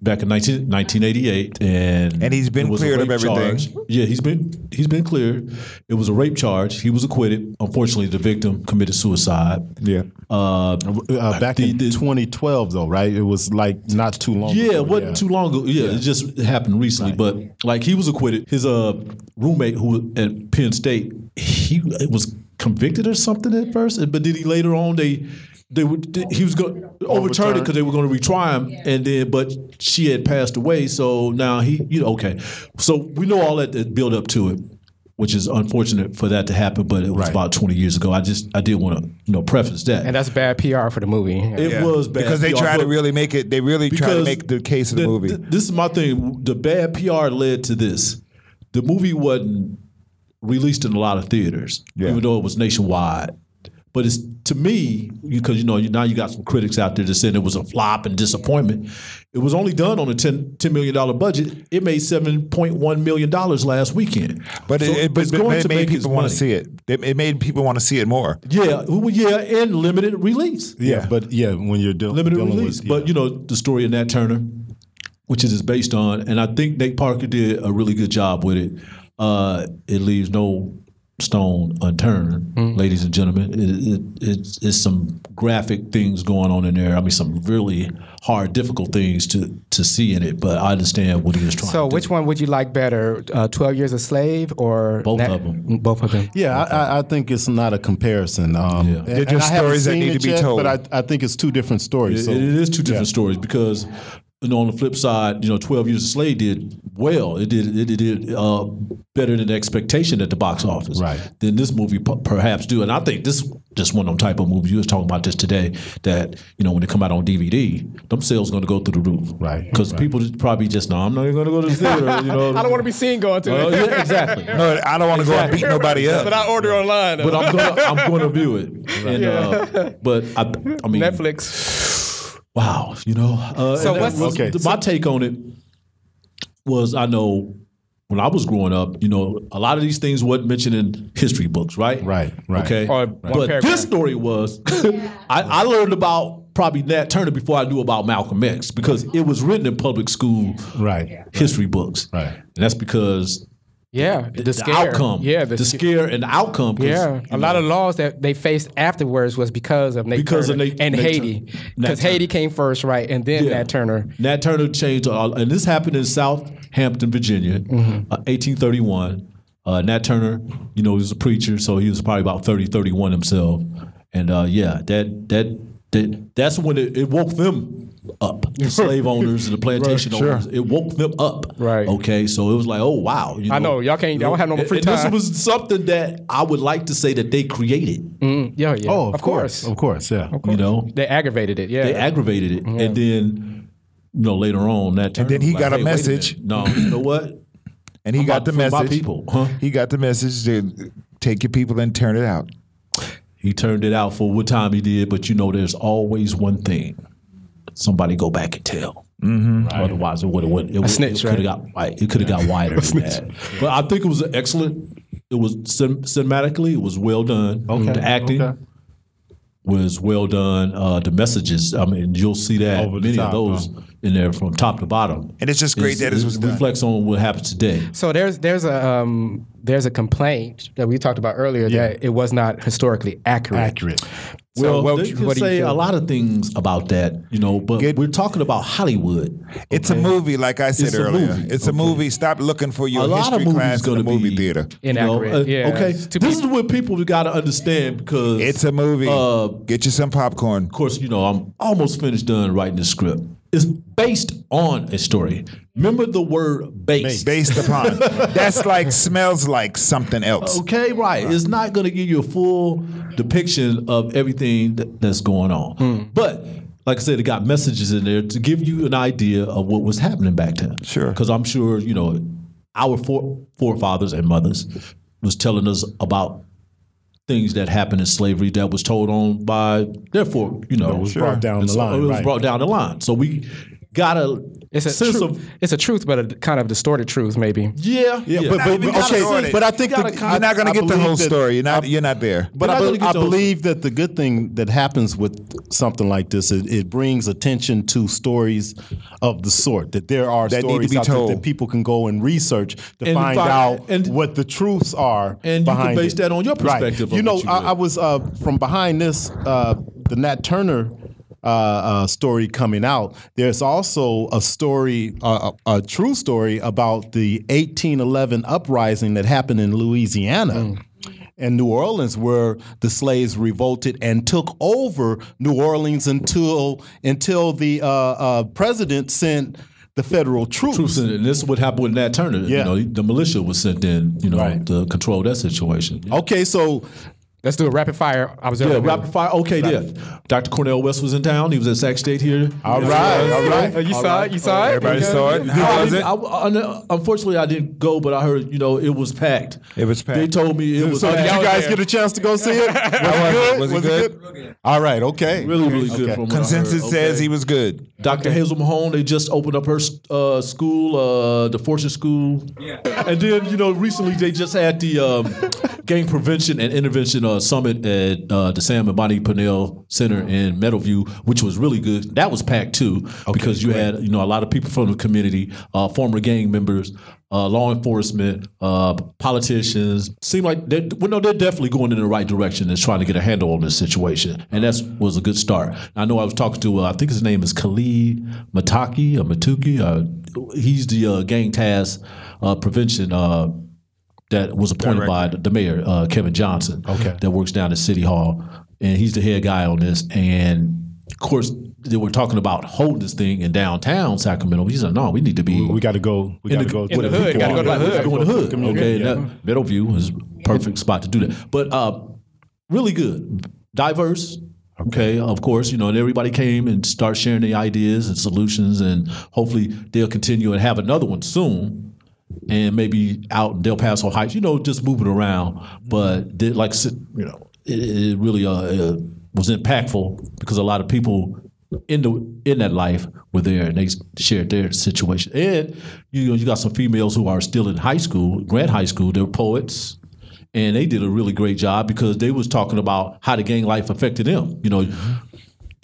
Speaker 2: Back in 19, 1988, and
Speaker 4: And he's been
Speaker 2: it was a
Speaker 4: cleared of
Speaker 2: rape
Speaker 4: everything.
Speaker 2: charge. Yeah, he's been he's been cleared. It was a rape charge. He was acquitted. Unfortunately, the victim committed suicide.
Speaker 4: yeah.
Speaker 2: Uh,
Speaker 8: Uh, back in
Speaker 2: The- the-
Speaker 8: 2012, though, right? It was like not too long.
Speaker 2: Yeah,
Speaker 8: ago,
Speaker 2: it wasn't too long ago. Yeah, it just happened recently. But like he was acquitted. His uh roommate who was at Penn State, he was convicted or something at first, but then he later on they they would they- he was going overturned it because they were going to retry him, and then but she had passed away, so now he you know okay, so we know all that, that build up to it. Which is unfortunate for that to happen, but it was about 20 years ago. I just I did want to you know preface
Speaker 1: [laughs]
Speaker 2: that
Speaker 1: and that's bad PR for the movie.
Speaker 2: it
Speaker 4: Yeah.
Speaker 2: was bad
Speaker 4: because they
Speaker 2: PR,
Speaker 4: try to
Speaker 2: but-
Speaker 4: really make it. They really try to make the case of the, movie.
Speaker 2: th- this is my thing. The bad PR led to this. The movie wasn't released in a lot of theaters, even though it was nationwide. But it's to me because you know you, now you got some critics out there that said it was a flop and disappointment. It was only done on a 10, $10 million dollar budget. It made seven point one million dollars last weekend.
Speaker 4: but
Speaker 2: So
Speaker 4: it, it, but,
Speaker 2: it's
Speaker 4: but
Speaker 2: going
Speaker 4: it
Speaker 2: to
Speaker 4: made
Speaker 2: make
Speaker 4: people want to
Speaker 2: its
Speaker 4: see
Speaker 2: money.
Speaker 4: it. it. It made people want to see it more.
Speaker 2: Yeah, well, yeah, and limited release.
Speaker 8: Yeah. but yeah, when you're deal-
Speaker 2: limited
Speaker 8: dealing
Speaker 2: release.
Speaker 8: with,
Speaker 2: But you know the story of Nat Turner, which it is based on, and I think Nate Parker did a really good job with it. Uh, it leaves no stone unturned, ladies and gentlemen. It, it, it's, it's some graphic things going on in there. I mean, some really hard, difficult things to to see in it. But I understand what he was trying.
Speaker 1: So,
Speaker 2: to do.
Speaker 1: which one would you like better, uh, Twelve Years a Slave or
Speaker 2: Both of 'em.
Speaker 1: Mm, Both of them.
Speaker 8: Yeah, I- I, I think it's not a comparison. Um,
Speaker 2: Yeah.
Speaker 8: and-
Speaker 2: They're
Speaker 8: and
Speaker 4: just
Speaker 8: I haven't
Speaker 4: stories that
Speaker 8: seen
Speaker 4: need
Speaker 8: it
Speaker 4: to be
Speaker 8: yet,
Speaker 4: told.
Speaker 8: But I, I think it's two different stories.
Speaker 2: It-
Speaker 8: so-
Speaker 2: it is two different stories because you know, on the flip side, you know, Twelve Years a Slave did well. It did it, it did uh, better than expectation at the box office.
Speaker 3: Right.
Speaker 2: Than this movie p- perhaps do, and I think this just one of them type of movies. You was talking about this today that you know when they come out on DVD, them sales going to go through the roof.
Speaker 3: Right.
Speaker 2: Because people just probably just know I'm not even going to go to the theater. You know.
Speaker 1: [laughs] I don't want to be seen going to
Speaker 2: Well,
Speaker 1: it. [laughs]
Speaker 2: yeah, exactly.
Speaker 4: No, I don't want to go and beat nobody up.
Speaker 1: But I order online. though.
Speaker 2: But I'm gonna I'm gonna view it. And, uh, but I I mean
Speaker 1: Netflix.
Speaker 2: Wow, you know. Uh,
Speaker 1: So
Speaker 2: and
Speaker 1: what's-
Speaker 2: was-
Speaker 3: Okay.
Speaker 2: my take on it was I know when I was growing up, you know, a lot of these things wasn't mentioned in history books, right?
Speaker 3: Right, right.
Speaker 2: Okay.
Speaker 1: Or one
Speaker 2: but
Speaker 1: paragraph.
Speaker 2: this story was [laughs] I, I learned about probably Nat Turner before I knew about Malcolm X because it was written in public school
Speaker 3: Right.
Speaker 2: history books.
Speaker 3: Right.
Speaker 2: And that's because
Speaker 1: Yeah, the,
Speaker 2: the,
Speaker 1: scare.
Speaker 2: outcome.
Speaker 1: Yeah, the,
Speaker 2: the
Speaker 1: sca-
Speaker 2: scare and the outcome. 'cause,
Speaker 1: Yeah,
Speaker 2: you
Speaker 1: a lot
Speaker 2: know,
Speaker 1: of laws that they faced afterwards was because of Nate
Speaker 2: Because of
Speaker 1: Turner
Speaker 2: Nate-
Speaker 1: and
Speaker 2: Nate
Speaker 1: Haiti,
Speaker 2: Turner. Nat
Speaker 1: because Haiti
Speaker 2: Turner.
Speaker 1: came first, right, and then
Speaker 2: Yeah.
Speaker 1: Nat Turner.
Speaker 2: Nat Turner changed, all, and this happened in Southampton, Virginia, uh, 1831. Uh, Nat Turner, you know, he was a preacher, so he was probably about 30, 31 himself. And uh, yeah, that that that that's when it, it woke them up, the slave owners
Speaker 1: [laughs]
Speaker 2: and the plantation owners. It woke them up.
Speaker 1: Right.
Speaker 2: Okay, so it was like, oh wow, you know,
Speaker 1: I know, y'all can't- y'all don't have no
Speaker 2: and-
Speaker 1: free
Speaker 2: and
Speaker 1: time.
Speaker 2: This was something that I would like to say that they created.
Speaker 1: Yeah, yeah.
Speaker 3: Oh, of, course. Of course, yeah.
Speaker 1: Mm-hmm.
Speaker 2: You know,
Speaker 1: They aggravated it. Yeah.
Speaker 2: they aggravated it, and then you know later on that Turner
Speaker 4: then he
Speaker 2: was
Speaker 4: got a
Speaker 2: wait minute.
Speaker 4: message.
Speaker 2: No, you know what?
Speaker 4: and he
Speaker 2: I'm
Speaker 4: got the
Speaker 2: about to- for my
Speaker 4: message.
Speaker 2: people, huh?
Speaker 4: He got the message to take your people and turn it out.
Speaker 2: He turned it out for what time he did, but you know, there's always one thing. Somebody go back and tell. Mm-hmm. Otherwise, it would have went. It, would-
Speaker 1: snitch,
Speaker 2: it
Speaker 1: right?
Speaker 2: could have got wi- it could have got wider than that. But I think it was an excellent. It was cin- cinematically, it was well done.
Speaker 3: Okay,
Speaker 2: the acting
Speaker 3: okay.
Speaker 2: was well done. Uh, the messages, I mean, you'll see that
Speaker 3: Over the
Speaker 2: many
Speaker 3: top,
Speaker 2: of those in there from top to bottom.
Speaker 4: And it's just great that this was done.
Speaker 2: reflects on what happens today.
Speaker 1: So there's there's a um, there's a complaint that we talked about earlier that it was not historically accurate.
Speaker 3: Accurate.
Speaker 1: So
Speaker 2: Well,
Speaker 1: what-
Speaker 2: they can
Speaker 1: what do you
Speaker 2: say
Speaker 1: feel?
Speaker 2: a lot of things about that, you know, but
Speaker 4: Get-
Speaker 2: we're talking about Hollywood.
Speaker 4: It's a movie, like I said
Speaker 2: It's a
Speaker 4: earlier.
Speaker 2: movie.
Speaker 4: It's a movie. Stop looking for your
Speaker 2: a lot of
Speaker 4: history
Speaker 2: movies
Speaker 4: class in
Speaker 2: going
Speaker 4: the
Speaker 2: to
Speaker 4: movie
Speaker 2: be
Speaker 4: theater.
Speaker 2: you know,
Speaker 1: Inaccurate,
Speaker 2: uh,
Speaker 1: yeah.
Speaker 2: Okay,
Speaker 1: It's too
Speaker 2: this is what people got to understand because
Speaker 4: It's a movie.
Speaker 2: Uh, of
Speaker 4: Get you some popcorn.
Speaker 2: course, you know, I'm almost finished done writing the script. It's based on a story. Remember the word based.
Speaker 4: Based
Speaker 2: [laughs]
Speaker 4: upon. That's like smells like something else.
Speaker 2: Okay, right. It's not going to give you a full depiction of everything that, that's going on.
Speaker 3: Hmm.
Speaker 2: But like I said, it got messages in there to give you an idea of what was happening back then.
Speaker 4: Sure.
Speaker 2: Because I'm sure you know our fore, forefathers and mothers was telling us about things that happened in slavery that was told on by therefore you know
Speaker 3: It was brought down the line.
Speaker 2: it was
Speaker 3: right.
Speaker 2: brought down the line. So we got a
Speaker 1: It's a
Speaker 2: sense
Speaker 1: tru-
Speaker 2: of
Speaker 1: it's a truth, but a kind of distorted truth, maybe.
Speaker 2: yeah,
Speaker 3: yeah, but,
Speaker 4: Not
Speaker 3: but,
Speaker 4: even
Speaker 3: okay,
Speaker 4: distorted.
Speaker 3: but I think
Speaker 2: You gotta
Speaker 3: the-
Speaker 2: con-
Speaker 4: You're not going
Speaker 3: I
Speaker 4: to get the
Speaker 3: believe
Speaker 4: whole
Speaker 3: that-
Speaker 4: story. You're not. You're not there.
Speaker 3: But
Speaker 2: You're
Speaker 3: I,
Speaker 2: not gonna
Speaker 3: be-
Speaker 2: get
Speaker 3: I
Speaker 2: those-
Speaker 3: believe that the good thing that happens with something like this, it, it brings attention to stories of the sort that there are
Speaker 4: That need to
Speaker 3: stories
Speaker 4: be
Speaker 3: out there
Speaker 4: told.
Speaker 3: that people can go and research to
Speaker 2: And
Speaker 3: find
Speaker 2: fi-
Speaker 3: out
Speaker 2: and-
Speaker 3: what the truths are.
Speaker 2: And you can
Speaker 3: behind
Speaker 2: base
Speaker 3: it.
Speaker 2: that on your
Speaker 3: Right.
Speaker 2: perspective of
Speaker 3: You know,
Speaker 2: what you
Speaker 3: I,
Speaker 2: read.
Speaker 3: I was uh, from behind this uh, the Nat Turner. Uh, uh, story coming out. There's also a story, uh, a, a true story about the 1811 uprising that happened in Louisiana
Speaker 1: Mm.
Speaker 3: and New Orleans, where the slaves revolted and took over New Orleans until until the uh, uh, president sent the federal troops.
Speaker 2: troops in, and this is what happened with Nat Turner.
Speaker 3: Yeah.
Speaker 2: You know, the militia was sent in, you know,
Speaker 3: Right.
Speaker 2: to
Speaker 3: Oh,
Speaker 2: control that situation.
Speaker 3: Okay, so
Speaker 1: Let's do a rapid fire
Speaker 2: Yeah,
Speaker 1: observation.
Speaker 2: rapid fire. Okay, yeah. Dr. Cornell West was in town. He was at Sac State here.
Speaker 3: all right, all right.
Speaker 1: Oh, you saw it. You saw it.
Speaker 4: Everybody saw it.
Speaker 2: I
Speaker 4: How was
Speaker 2: didn't-
Speaker 4: it?
Speaker 2: I- I know- unfortunately, I didn't go, but I heard you know it was packed.
Speaker 4: It was packed.
Speaker 2: They told me it was
Speaker 3: So did
Speaker 2: packed.
Speaker 3: you guys get a chance to go see it? Was it good?
Speaker 4: Was it
Speaker 3: All right, okay.
Speaker 2: really, really good. From what I
Speaker 4: Consensus
Speaker 2: heard.
Speaker 4: says
Speaker 2: Okay.
Speaker 4: he was good.
Speaker 2: Dr. Hazel Mahone, they just opened up her uh, school, uh, the Fortune School. Yeah. And then, you know, recently they just had the um, Gang Prevention and Intervention uh, Summit at uh, the Sam and Bonnie Pinnell Center in Meadowview, which was really good. That was packed too, because you had, you know, a lot of people from the community, uh, former gang members, uh, law enforcement, uh, politicians. Seem like they well, no, they're definitely going in the right direction and trying to get a handle on this situation, and that was a good start. I know I was talking to uh, I think his name is Khalid Mataki or Matuki. Uh, he's the uh, gang task uh, prevention. Uh, that was appointed by the- the mayor, uh, Kevin Johnson, okay. that works down at City Hall, and he's the head guy on this. And of course, they were talking about holding this thing in downtown Sacramento. He said, no, we need to be
Speaker 3: We got to go. We got to go.
Speaker 2: in
Speaker 3: where
Speaker 2: the hood.
Speaker 3: people
Speaker 2: Gotta
Speaker 3: are.
Speaker 2: go to the
Speaker 3: We
Speaker 2: hood.
Speaker 3: gotta
Speaker 2: Go in the
Speaker 3: to
Speaker 2: hood.
Speaker 3: community.
Speaker 2: Okay,
Speaker 3: Yeah.
Speaker 2: that Middleview is perfect spot to do that. But uh, really good, diverse. Okay, of course, you know, and everybody came and start sharing the ideas and solutions, and hopefully they'll continue and have another one soon. And maybe out in Del Paso Heights, you know, just moving around. But did like s- you know, it, it really uh, uh, was impactful because a lot of people in the in that life were there and they shared their situation. And you know, you got some females who are still in high school, Grant High School. They're poets, and they did a really great job because they was talking about how the gang life affected them. You know.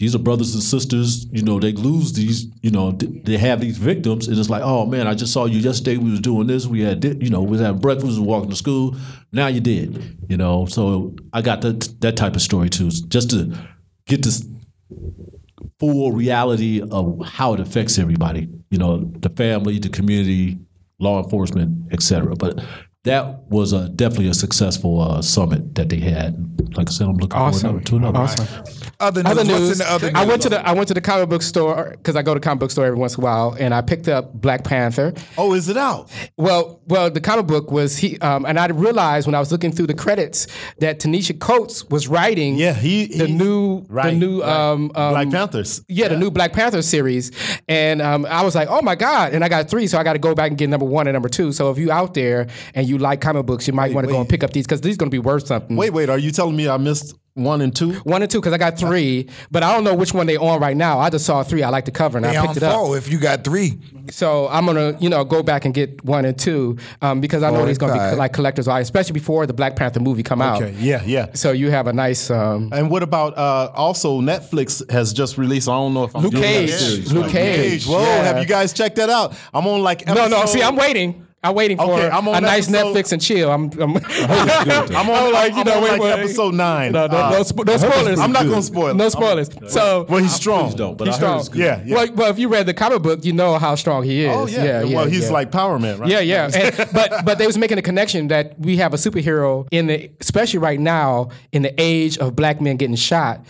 Speaker 2: These are brothers and sisters. You know they lose these. You know th- they have these victims, and it's like, oh man, I just saw you yesterday. We was doing this. We had, di- you know, we was having breakfast, we was walking to school. Now you did. You know, so I got that that type of story too, just to get this full reality of how it affects everybody. You know, the family, the community, law enforcement, et cetera. But that was a, definitely a successful uh, summit that they had. Like I said, I'm looking
Speaker 1: Awesome.
Speaker 2: forward to another.
Speaker 1: Awesome. Other
Speaker 4: Other news. What's in
Speaker 1: news.
Speaker 4: the other news?
Speaker 1: I went to the I went to the comic book store because I go to comic book store every once in a while, and I picked up Black Panther.
Speaker 3: Oh, is it out?
Speaker 1: Well, well, the comic book was he, um, and I realized when I was looking through the credits that Tanisha Coates was writing.
Speaker 3: Yeah, he-
Speaker 1: the
Speaker 3: he-
Speaker 1: new
Speaker 3: right,
Speaker 1: the new
Speaker 3: right.
Speaker 1: um, um,
Speaker 3: Black Panthers.
Speaker 1: Yeah, the new Black Panther series, and um, I was like, oh my god! And I got three, so I got to go back and get number one and number two. So if you out there and you like comic books, you might want to go
Speaker 3: wait.
Speaker 1: and pick up these because these going to be worth something.
Speaker 3: Wait, wait. Are you telling me I missed one and two?
Speaker 1: One and two, because I got three, but I don't know which one they on right now. I just saw three. I like the cover, and
Speaker 4: They
Speaker 1: I
Speaker 4: on
Speaker 1: picked it up.
Speaker 4: four if you got three.
Speaker 1: So I'm gonna, you know, go back and get one and two um, because I know these gonna
Speaker 4: five.
Speaker 1: be like collectors' items, especially before the Black Panther movie come
Speaker 3: Okay.
Speaker 1: out.
Speaker 3: Yeah, yeah.
Speaker 1: So you have a nice um,
Speaker 3: Um, And what about uh, also Netflix has just released? I don't know if I'm
Speaker 1: Luke
Speaker 3: doing that
Speaker 1: Cage.
Speaker 3: series.
Speaker 1: Luke Cage.
Speaker 3: Whoa,
Speaker 1: Yeah.
Speaker 3: have you guys checked that out? I'm on like
Speaker 1: no,
Speaker 3: Uh, episode,
Speaker 1: no. See, I'm waiting. I'm waiting for
Speaker 3: Okay, I'm on
Speaker 1: a nice
Speaker 3: episode-
Speaker 1: Netflix and chill. I'm,
Speaker 3: [laughs]
Speaker 1: I'm, [laughs]
Speaker 3: I'm on like you know like episode nine.
Speaker 1: No, no,
Speaker 3: Uh,
Speaker 1: no, spo- no spoilers.
Speaker 3: I'm not gonna spoil. it.
Speaker 1: No spoilers. so
Speaker 3: Well, he's strong.
Speaker 2: Don't, but
Speaker 1: he's
Speaker 2: I heard
Speaker 1: strong.
Speaker 2: it's good.
Speaker 3: Yeah, yeah.
Speaker 1: Well, well, if you read the comic book, you know how strong he is.
Speaker 3: oh yeah. well, he's
Speaker 1: yeah.
Speaker 3: like Power Man, right?
Speaker 1: Yeah, yeah. And, but but they was making a connection that we have a superhero in the especially right now in the age of black men getting shot,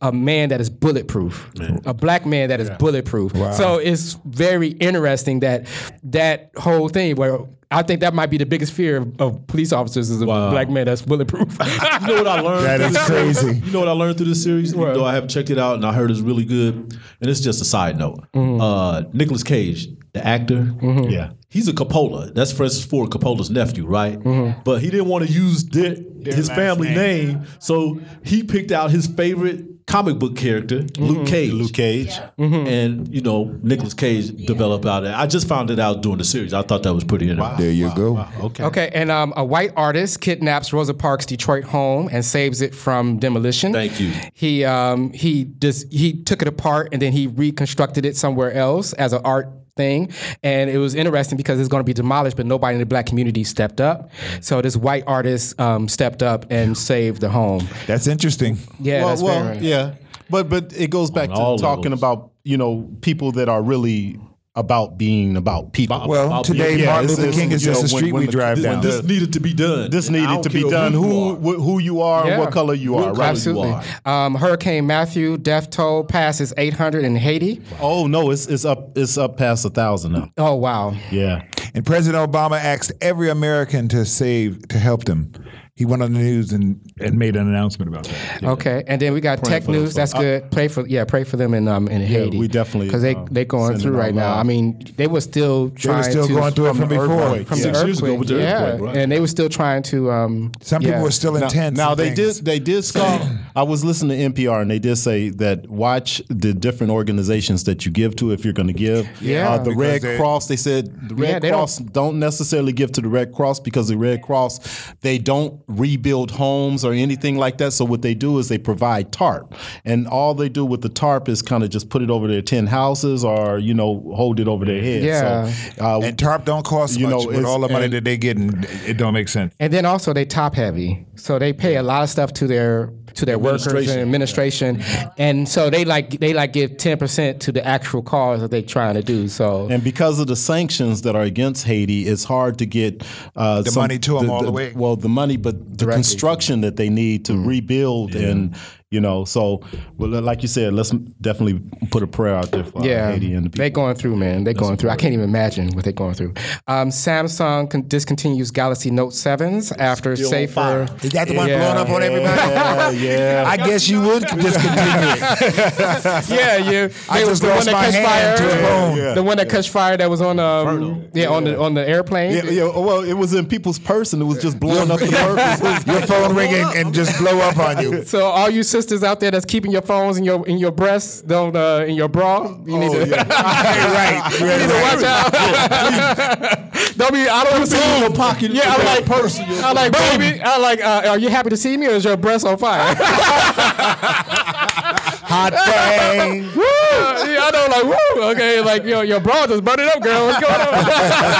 Speaker 1: a man that is bulletproof, a black man that is bulletproof. So it's very interesting that that whole thing where. I think that might be the biggest fear of, of police officers is a black man that's bulletproof. [laughs]
Speaker 2: You know what I learned?
Speaker 8: That is crazy.
Speaker 2: You know what I learned through this series? Even though I haven't checked it out and I heard it's really good. And it's just a side note. Uh, Nicholas Cage, the actor, yeah, he's a Coppola. That's Francis Ford Coppola's nephew, right? But he didn't want to use their, his family name. so he picked out his favorite comic book character, Luke Cage.
Speaker 3: Luke Cage.
Speaker 2: And you know, Nicholas Cage developed out of it. I just found it out during the series. I thought that was pretty interesting.
Speaker 4: There you go.
Speaker 3: Okay.
Speaker 1: Okay, and um, a white artist kidnaps Rosa Parks' Detroit home and saves it from demolition.
Speaker 2: Thank you.
Speaker 1: He um, he just he took it apart and then he reconstructed it somewhere else as an art thing, and it was interesting because it's going to be demolished, but nobody in the black community stepped up. So this white artist um, stepped up and saved the home.
Speaker 4: That's interesting.
Speaker 1: Yeah,
Speaker 3: well,
Speaker 1: that's
Speaker 3: well,
Speaker 1: very-
Speaker 3: yeah, but but it goes back to
Speaker 2: all
Speaker 3: talking
Speaker 2: levels.
Speaker 3: about you know people that are really about being about people.
Speaker 4: Well, today
Speaker 3: yeah,
Speaker 4: Martin
Speaker 3: it's-
Speaker 4: Luther
Speaker 3: it's-
Speaker 4: King is
Speaker 3: you
Speaker 4: just
Speaker 3: know,
Speaker 4: a
Speaker 3: when-
Speaker 4: street
Speaker 3: when
Speaker 4: we
Speaker 3: the-
Speaker 4: drive
Speaker 3: when
Speaker 4: down.
Speaker 2: This needed to be done.
Speaker 3: this
Speaker 2: And I
Speaker 3: needed
Speaker 2: don't
Speaker 3: to be
Speaker 2: care
Speaker 3: done. Who
Speaker 2: you are.
Speaker 3: wh- who you are,
Speaker 1: Yeah.
Speaker 3: what color you are,
Speaker 2: What
Speaker 3: right?
Speaker 2: color you
Speaker 1: Absolutely.
Speaker 2: are.
Speaker 1: Um, Hurricane Matthew, death toll passes 800 in Haiti.
Speaker 3: Oh no, it's it's up it's up past a thousand now.
Speaker 1: Oh, wow.
Speaker 3: Yeah.
Speaker 4: And President Obama asked every American to save to help them. He went on the news and, and made an announcement about that.
Speaker 1: Okay, and then we got tech
Speaker 2: for them,
Speaker 1: news.
Speaker 2: so-
Speaker 1: That's good. Pray for yeah, pray for them in um in Haiti.
Speaker 3: we definitely,
Speaker 1: because they
Speaker 3: um,
Speaker 1: they going
Speaker 3: sending
Speaker 1: through
Speaker 3: our
Speaker 1: right now.
Speaker 3: love.
Speaker 1: I mean, they were still
Speaker 4: They
Speaker 1: trying
Speaker 4: were still
Speaker 1: to
Speaker 4: going through it from before.
Speaker 1: from
Speaker 2: Six
Speaker 1: the
Speaker 2: years ago
Speaker 1: earthquake.
Speaker 2: with the
Speaker 1: yeah,
Speaker 2: earthquake, right.
Speaker 1: and they were still trying to. Um,
Speaker 4: Some people
Speaker 1: yeah.
Speaker 4: were still
Speaker 3: Now,
Speaker 4: intense.
Speaker 3: now
Speaker 4: and
Speaker 3: they
Speaker 4: things.
Speaker 3: did they did scoff. I was listening to NPR and they did say that watch the different organizations that you give to if you're going to give.
Speaker 1: Yeah.
Speaker 3: Uh, the
Speaker 4: Because
Speaker 3: Red
Speaker 4: they-
Speaker 3: Cross. They said the Red
Speaker 1: Yeah, they don't-
Speaker 3: Cross don't, necessarily give to the Red Cross because the Red Cross they don't rebuild homes or anything like that. So what they do is they provide tarp, and all they do with the tarp is kind of just put it over their ten houses or you know hold it over their head.
Speaker 1: Yeah.
Speaker 3: So, uh,
Speaker 4: And TARP don't cost
Speaker 3: You
Speaker 4: much,
Speaker 3: know,
Speaker 4: but
Speaker 3: it's-
Speaker 4: all the money
Speaker 3: and-
Speaker 4: that they getting, it don't make sense.
Speaker 1: And then also they top heavy, so they pay a lot of stuff to their to their workers and administration, and so they like they like give ten percent to the actual cause that they trying to do. So
Speaker 3: And because of the sanctions that are against Haiti, it's hard to get uh, the
Speaker 4: money to 'em all the way.
Speaker 1: Mm-hmm.
Speaker 3: Well, the money, but the construction that they need to rebuild and You know, so well, like you said, let's definitely put a prayer out there for uh,
Speaker 1: Yeah,
Speaker 3: Haiti and the people.
Speaker 1: they're going through, man. They're going through. I can't even imagine what they're going through. Um, Samsung con- discontinues Galaxy Note 7s after
Speaker 3: Still on
Speaker 1: safer.
Speaker 3: fire.
Speaker 4: Is that the one
Speaker 1: Yeah.
Speaker 4: blowing up
Speaker 3: [laughs]
Speaker 4: on
Speaker 3: Yeah,
Speaker 4: everybody?
Speaker 3: yeah.
Speaker 4: I guess you would [laughs] discontinue
Speaker 1: [laughs]
Speaker 3: [laughs]
Speaker 4: it.
Speaker 1: yeah, yeah.
Speaker 4: I
Speaker 1: They-
Speaker 4: just
Speaker 1: the
Speaker 4: lost
Speaker 1: one that
Speaker 4: my
Speaker 1: catch
Speaker 4: hand
Speaker 1: fire.
Speaker 4: to a bone.
Speaker 1: The one that catch fire that was on um, yeah, on the on the airplane.
Speaker 3: Yeah, yeah, well, it was in people's person. It was just blowing
Speaker 1: [laughs]
Speaker 3: up the purpose.
Speaker 4: Your phone ring and, and just blow up on [laughs] you.
Speaker 1: So all you sisters out there that's keeping your phones in your in your breasts, don't uh, in your bra, you need
Speaker 3: Oh,
Speaker 1: to [laughs]
Speaker 3: [laughs]
Speaker 4: [laughs] right,
Speaker 1: you need to watch out. [laughs] don't be. I don't want to see you.
Speaker 3: pocket.
Speaker 1: Yeah, I'm like person. I'm like baby. I'm like, uh, are you happy to see me or is your breast on fire? [laughs]
Speaker 4: Hot thing.
Speaker 1: woo! Uh, Yeah, I know, like woo. Okay, like your your bra just burning up, girl. What's going on?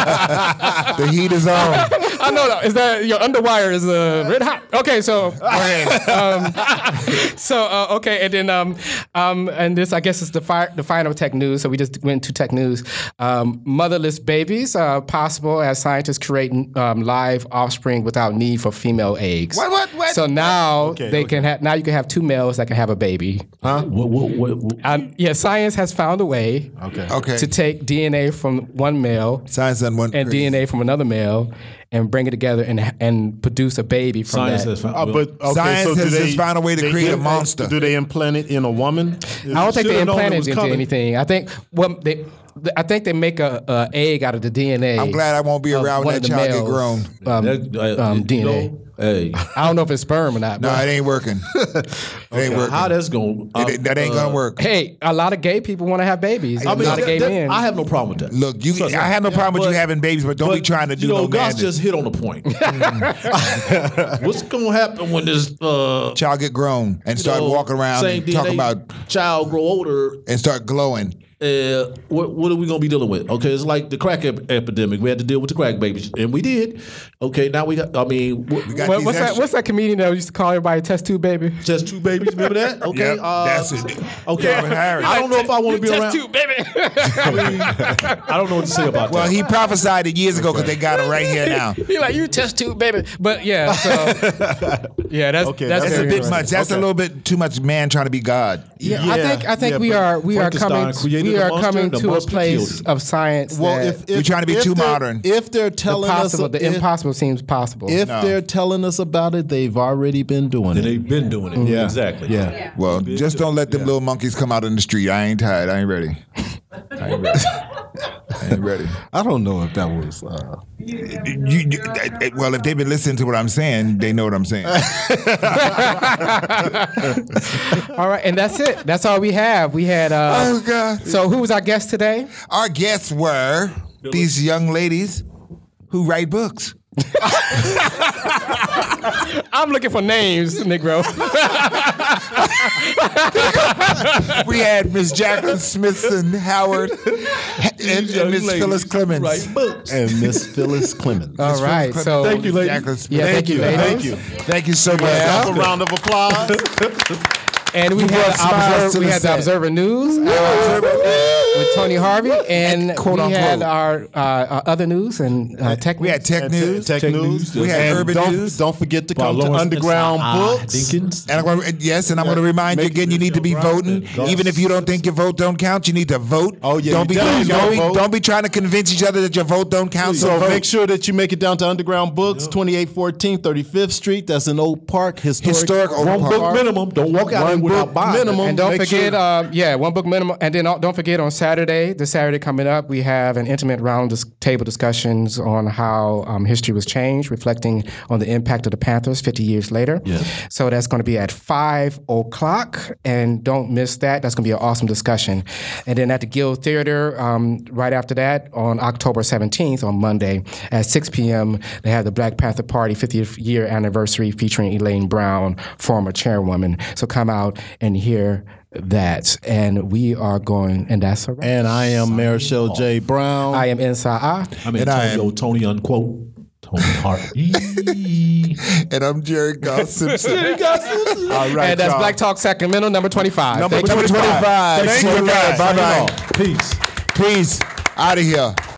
Speaker 1: [laughs]
Speaker 4: The heat is on.
Speaker 1: I know. that- Is that your underwire is uh, red hot? Okay, so [laughs]
Speaker 4: Okay.
Speaker 1: So uh, okay, and then um, um, and this I guess is the fi- the final tech news. So we just went to tech news. Um, motherless babies are possible as scientists create um, live offspring without need for female eggs.
Speaker 4: What, what, what?
Speaker 1: So now
Speaker 3: Okay,
Speaker 1: they
Speaker 3: okay.
Speaker 1: can ha- now you can have two males that can have a baby.
Speaker 2: What, what, what, what-
Speaker 1: Um, yeah, science has found a way
Speaker 3: Okay.
Speaker 4: Okay.
Speaker 1: to take DNA from one male
Speaker 4: Science on one.
Speaker 1: and
Speaker 4: crazy.
Speaker 1: DNA from another male and bring it together and and produce a baby from
Speaker 2: science
Speaker 1: that.
Speaker 2: has found.
Speaker 3: Uh, but okay,
Speaker 4: Science
Speaker 3: so do
Speaker 4: has
Speaker 3: they,
Speaker 4: just found a way to
Speaker 3: they
Speaker 4: create a
Speaker 3: implant-
Speaker 4: monster.
Speaker 3: Do they implant it in a woman?
Speaker 1: I don't think they
Speaker 3: Should've known it
Speaker 1: implanted
Speaker 3: was
Speaker 1: it into
Speaker 3: coming.
Speaker 1: anything. I think well, they, I think they make a, a egg out of the DNA.
Speaker 4: I'm glad I won't be
Speaker 1: of
Speaker 4: around
Speaker 1: one
Speaker 4: when
Speaker 1: of
Speaker 4: that
Speaker 1: the
Speaker 4: child get
Speaker 1: males.
Speaker 4: grown.
Speaker 1: Um,
Speaker 2: That- uh,
Speaker 1: um,
Speaker 2: you
Speaker 1: DNA.
Speaker 2: know, hey,
Speaker 1: I don't know if it's sperm or not.
Speaker 4: No,
Speaker 1: but-
Speaker 4: it ain't [laughs] working. It ain't working.
Speaker 2: how that's going? to
Speaker 4: It- that ain't gonna work.
Speaker 1: hey, a lot of gay people want to have babies. a lot of gay men.
Speaker 2: I have no problem with that.
Speaker 4: Look, you.
Speaker 2: Trust me.
Speaker 4: I have no problem with
Speaker 2: But-
Speaker 4: you having babies, but don't be
Speaker 2: But,
Speaker 4: trying to do
Speaker 2: you know,
Speaker 4: no
Speaker 2: Gus
Speaker 4: madness.
Speaker 2: just hit on the point. [laughs] What's gonna happen when this uh,
Speaker 4: child get grown and start
Speaker 2: know,
Speaker 4: walking around
Speaker 2: same
Speaker 4: and talking
Speaker 2: DNA
Speaker 4: about
Speaker 2: child grow older?
Speaker 4: and start glowing.
Speaker 2: Uh, what, what are we gonna be dealing with? Okay, it's like the crack ep- epidemic. We had to deal with the crack babies, and we did. Okay, now we got. I mean, we
Speaker 4: got
Speaker 1: What-
Speaker 4: these
Speaker 1: what's that?
Speaker 4: extra-
Speaker 1: What's that comedian that used to call everybody test tube baby?
Speaker 2: Test two babies, remember that? Okay,
Speaker 4: Yep, that's
Speaker 3: uh,
Speaker 4: [laughs] it.
Speaker 2: Okay,
Speaker 4: Yeah. Harry.
Speaker 2: I don't know if I want to be around.
Speaker 1: tube [laughs] baby.
Speaker 2: I, mean, I don't know what to say about
Speaker 4: Well,
Speaker 2: that.
Speaker 4: he prophesied it years ago because they got it right here now.
Speaker 1: You're like you test tube baby, but yeah,
Speaker 2: [laughs]
Speaker 1: so yeah, that's
Speaker 3: Okay,
Speaker 1: that's,
Speaker 4: [laughs] That's a
Speaker 1: very
Speaker 4: bit
Speaker 1: interesting.
Speaker 4: much. That's a
Speaker 3: Okay.
Speaker 4: little bit too much. Man trying to be God.
Speaker 1: Yeah, I
Speaker 3: Yeah,
Speaker 1: think I think
Speaker 3: yeah,
Speaker 1: we
Speaker 3: but
Speaker 1: are we are
Speaker 2: Frankenstein
Speaker 1: coming
Speaker 2: created
Speaker 1: we
Speaker 2: the
Speaker 1: are
Speaker 2: monster,
Speaker 1: coming
Speaker 2: the
Speaker 1: to a
Speaker 2: monster
Speaker 1: place
Speaker 2: killed it.
Speaker 1: of science
Speaker 3: Well,
Speaker 1: that
Speaker 3: if, if
Speaker 4: You're trying to be
Speaker 3: if
Speaker 4: too
Speaker 3: they're-
Speaker 4: modern.
Speaker 3: If they're telling
Speaker 1: possible
Speaker 3: us
Speaker 1: the
Speaker 3: if,
Speaker 1: impossible seems possible.
Speaker 3: if they're telling us about it, they've already been doing
Speaker 2: And
Speaker 3: it.
Speaker 2: they've been doing it.
Speaker 3: Yeah.
Speaker 2: exactly.
Speaker 3: Yeah.
Speaker 4: Well, just don't let them little monkeys come out in the street. I ain't tired. I ain't ready. I ain't ready. I ain't [laughs] ready.
Speaker 3: I don't know if that was. Uh,
Speaker 4: You, you, I- I- well, if they've been listening to what I'm saying, they know what I'm saying.
Speaker 1: All right, and that's it. That's all we have. We had. Uh,
Speaker 4: [laughs] Oh, God.
Speaker 1: So who was our guest today?
Speaker 4: Our guests were these young ladies who write books.
Speaker 1: I'm looking for names, Negro.
Speaker 4: We had Miss Jacqueline Smithson [laughs] Howard and, and Miss Phyllis Clemens.
Speaker 2: Right, books.
Speaker 3: and Miss Phyllis
Speaker 1: [laughs]
Speaker 3: Clemens.
Speaker 1: all right. So
Speaker 4: Thank you, ladies.
Speaker 1: Yeah, thank, you, ladies.
Speaker 3: Thank you.
Speaker 4: Thank you so much.
Speaker 3: Have a round of [laughs] applause.
Speaker 1: And we
Speaker 4: You
Speaker 1: had
Speaker 4: brought some of us to
Speaker 1: observer, we
Speaker 4: the
Speaker 1: had the
Speaker 4: set.
Speaker 1: Observer News uh, with Tony Harvey, and
Speaker 4: Quote,
Speaker 1: we had
Speaker 4: unquote.
Speaker 1: our, uh, our other news and uh, tech.
Speaker 4: We had
Speaker 1: news.
Speaker 4: tech news.
Speaker 3: Tech, news.
Speaker 4: We had
Speaker 3: And
Speaker 4: urban
Speaker 3: don't,
Speaker 4: news.
Speaker 3: Don't forget to
Speaker 2: By
Speaker 3: come to
Speaker 2: Lawrence
Speaker 3: Underground
Speaker 2: S.I.
Speaker 3: Books.
Speaker 2: Dinkins.
Speaker 4: And I'm gonna, and yes, and I'm going to remind you
Speaker 3: Make
Speaker 4: again: you need to be voting, even if you don't think your vote don't count. You need to vote.
Speaker 3: Oh, yeah,
Speaker 4: don't be
Speaker 3: you
Speaker 4: don't,
Speaker 3: definitely gotta
Speaker 4: be,
Speaker 3: vote.
Speaker 4: don't be trying to convince each other that your vote don't count. So
Speaker 3: So
Speaker 4: vote.
Speaker 3: make sure that you make it down to Underground Books, 2814 35th Street. That's in Oak Park, historic.
Speaker 4: Historic Oak
Speaker 3: One
Speaker 4: Park.
Speaker 3: book minimum. Don't walk
Speaker 2: One
Speaker 3: out of there
Speaker 2: book
Speaker 3: without buying. it.
Speaker 2: minimum.
Speaker 1: And don't
Speaker 3: Make
Speaker 1: forget,
Speaker 3: sure-
Speaker 1: uh, yeah, one book minimum. And then uh, don't forget on Saturday, the Saturday coming up, we have an intimate round dis- table discussions on how um, history was changed, reflecting on the impact of the Panthers 50 years later. So that's going to be at 5 o'clock. And don't miss that. That's going to be an awesome discussion. And then at the Guild Theater, um, right after that, on October 17th, on Monday, at 6 p.m., they have the Black Panther Party 50th year anniversary featuring Elaine Brown, former chairwoman. So come out and hear that. And we are going, and that's a wrap.
Speaker 3: and I am Marichelle J. Brown.
Speaker 1: I am inside. Ah.
Speaker 2: I mean,
Speaker 4: And I am-
Speaker 2: Tony, Tony unquote. Tony Hart.
Speaker 4: [laughs] and I'm Jerry Goss
Speaker 3: [laughs]
Speaker 4: Simpson.
Speaker 3: All right,
Speaker 1: and that's
Speaker 3: y'all.
Speaker 1: Black Talk Sacramento, number 25.
Speaker 4: Number
Speaker 1: Thank you.
Speaker 4: twenty-five.
Speaker 3: Thank you, guys.
Speaker 4: Bye
Speaker 2: Thank you all.
Speaker 4: bye.
Speaker 2: Peace.
Speaker 4: Peace. Out of here.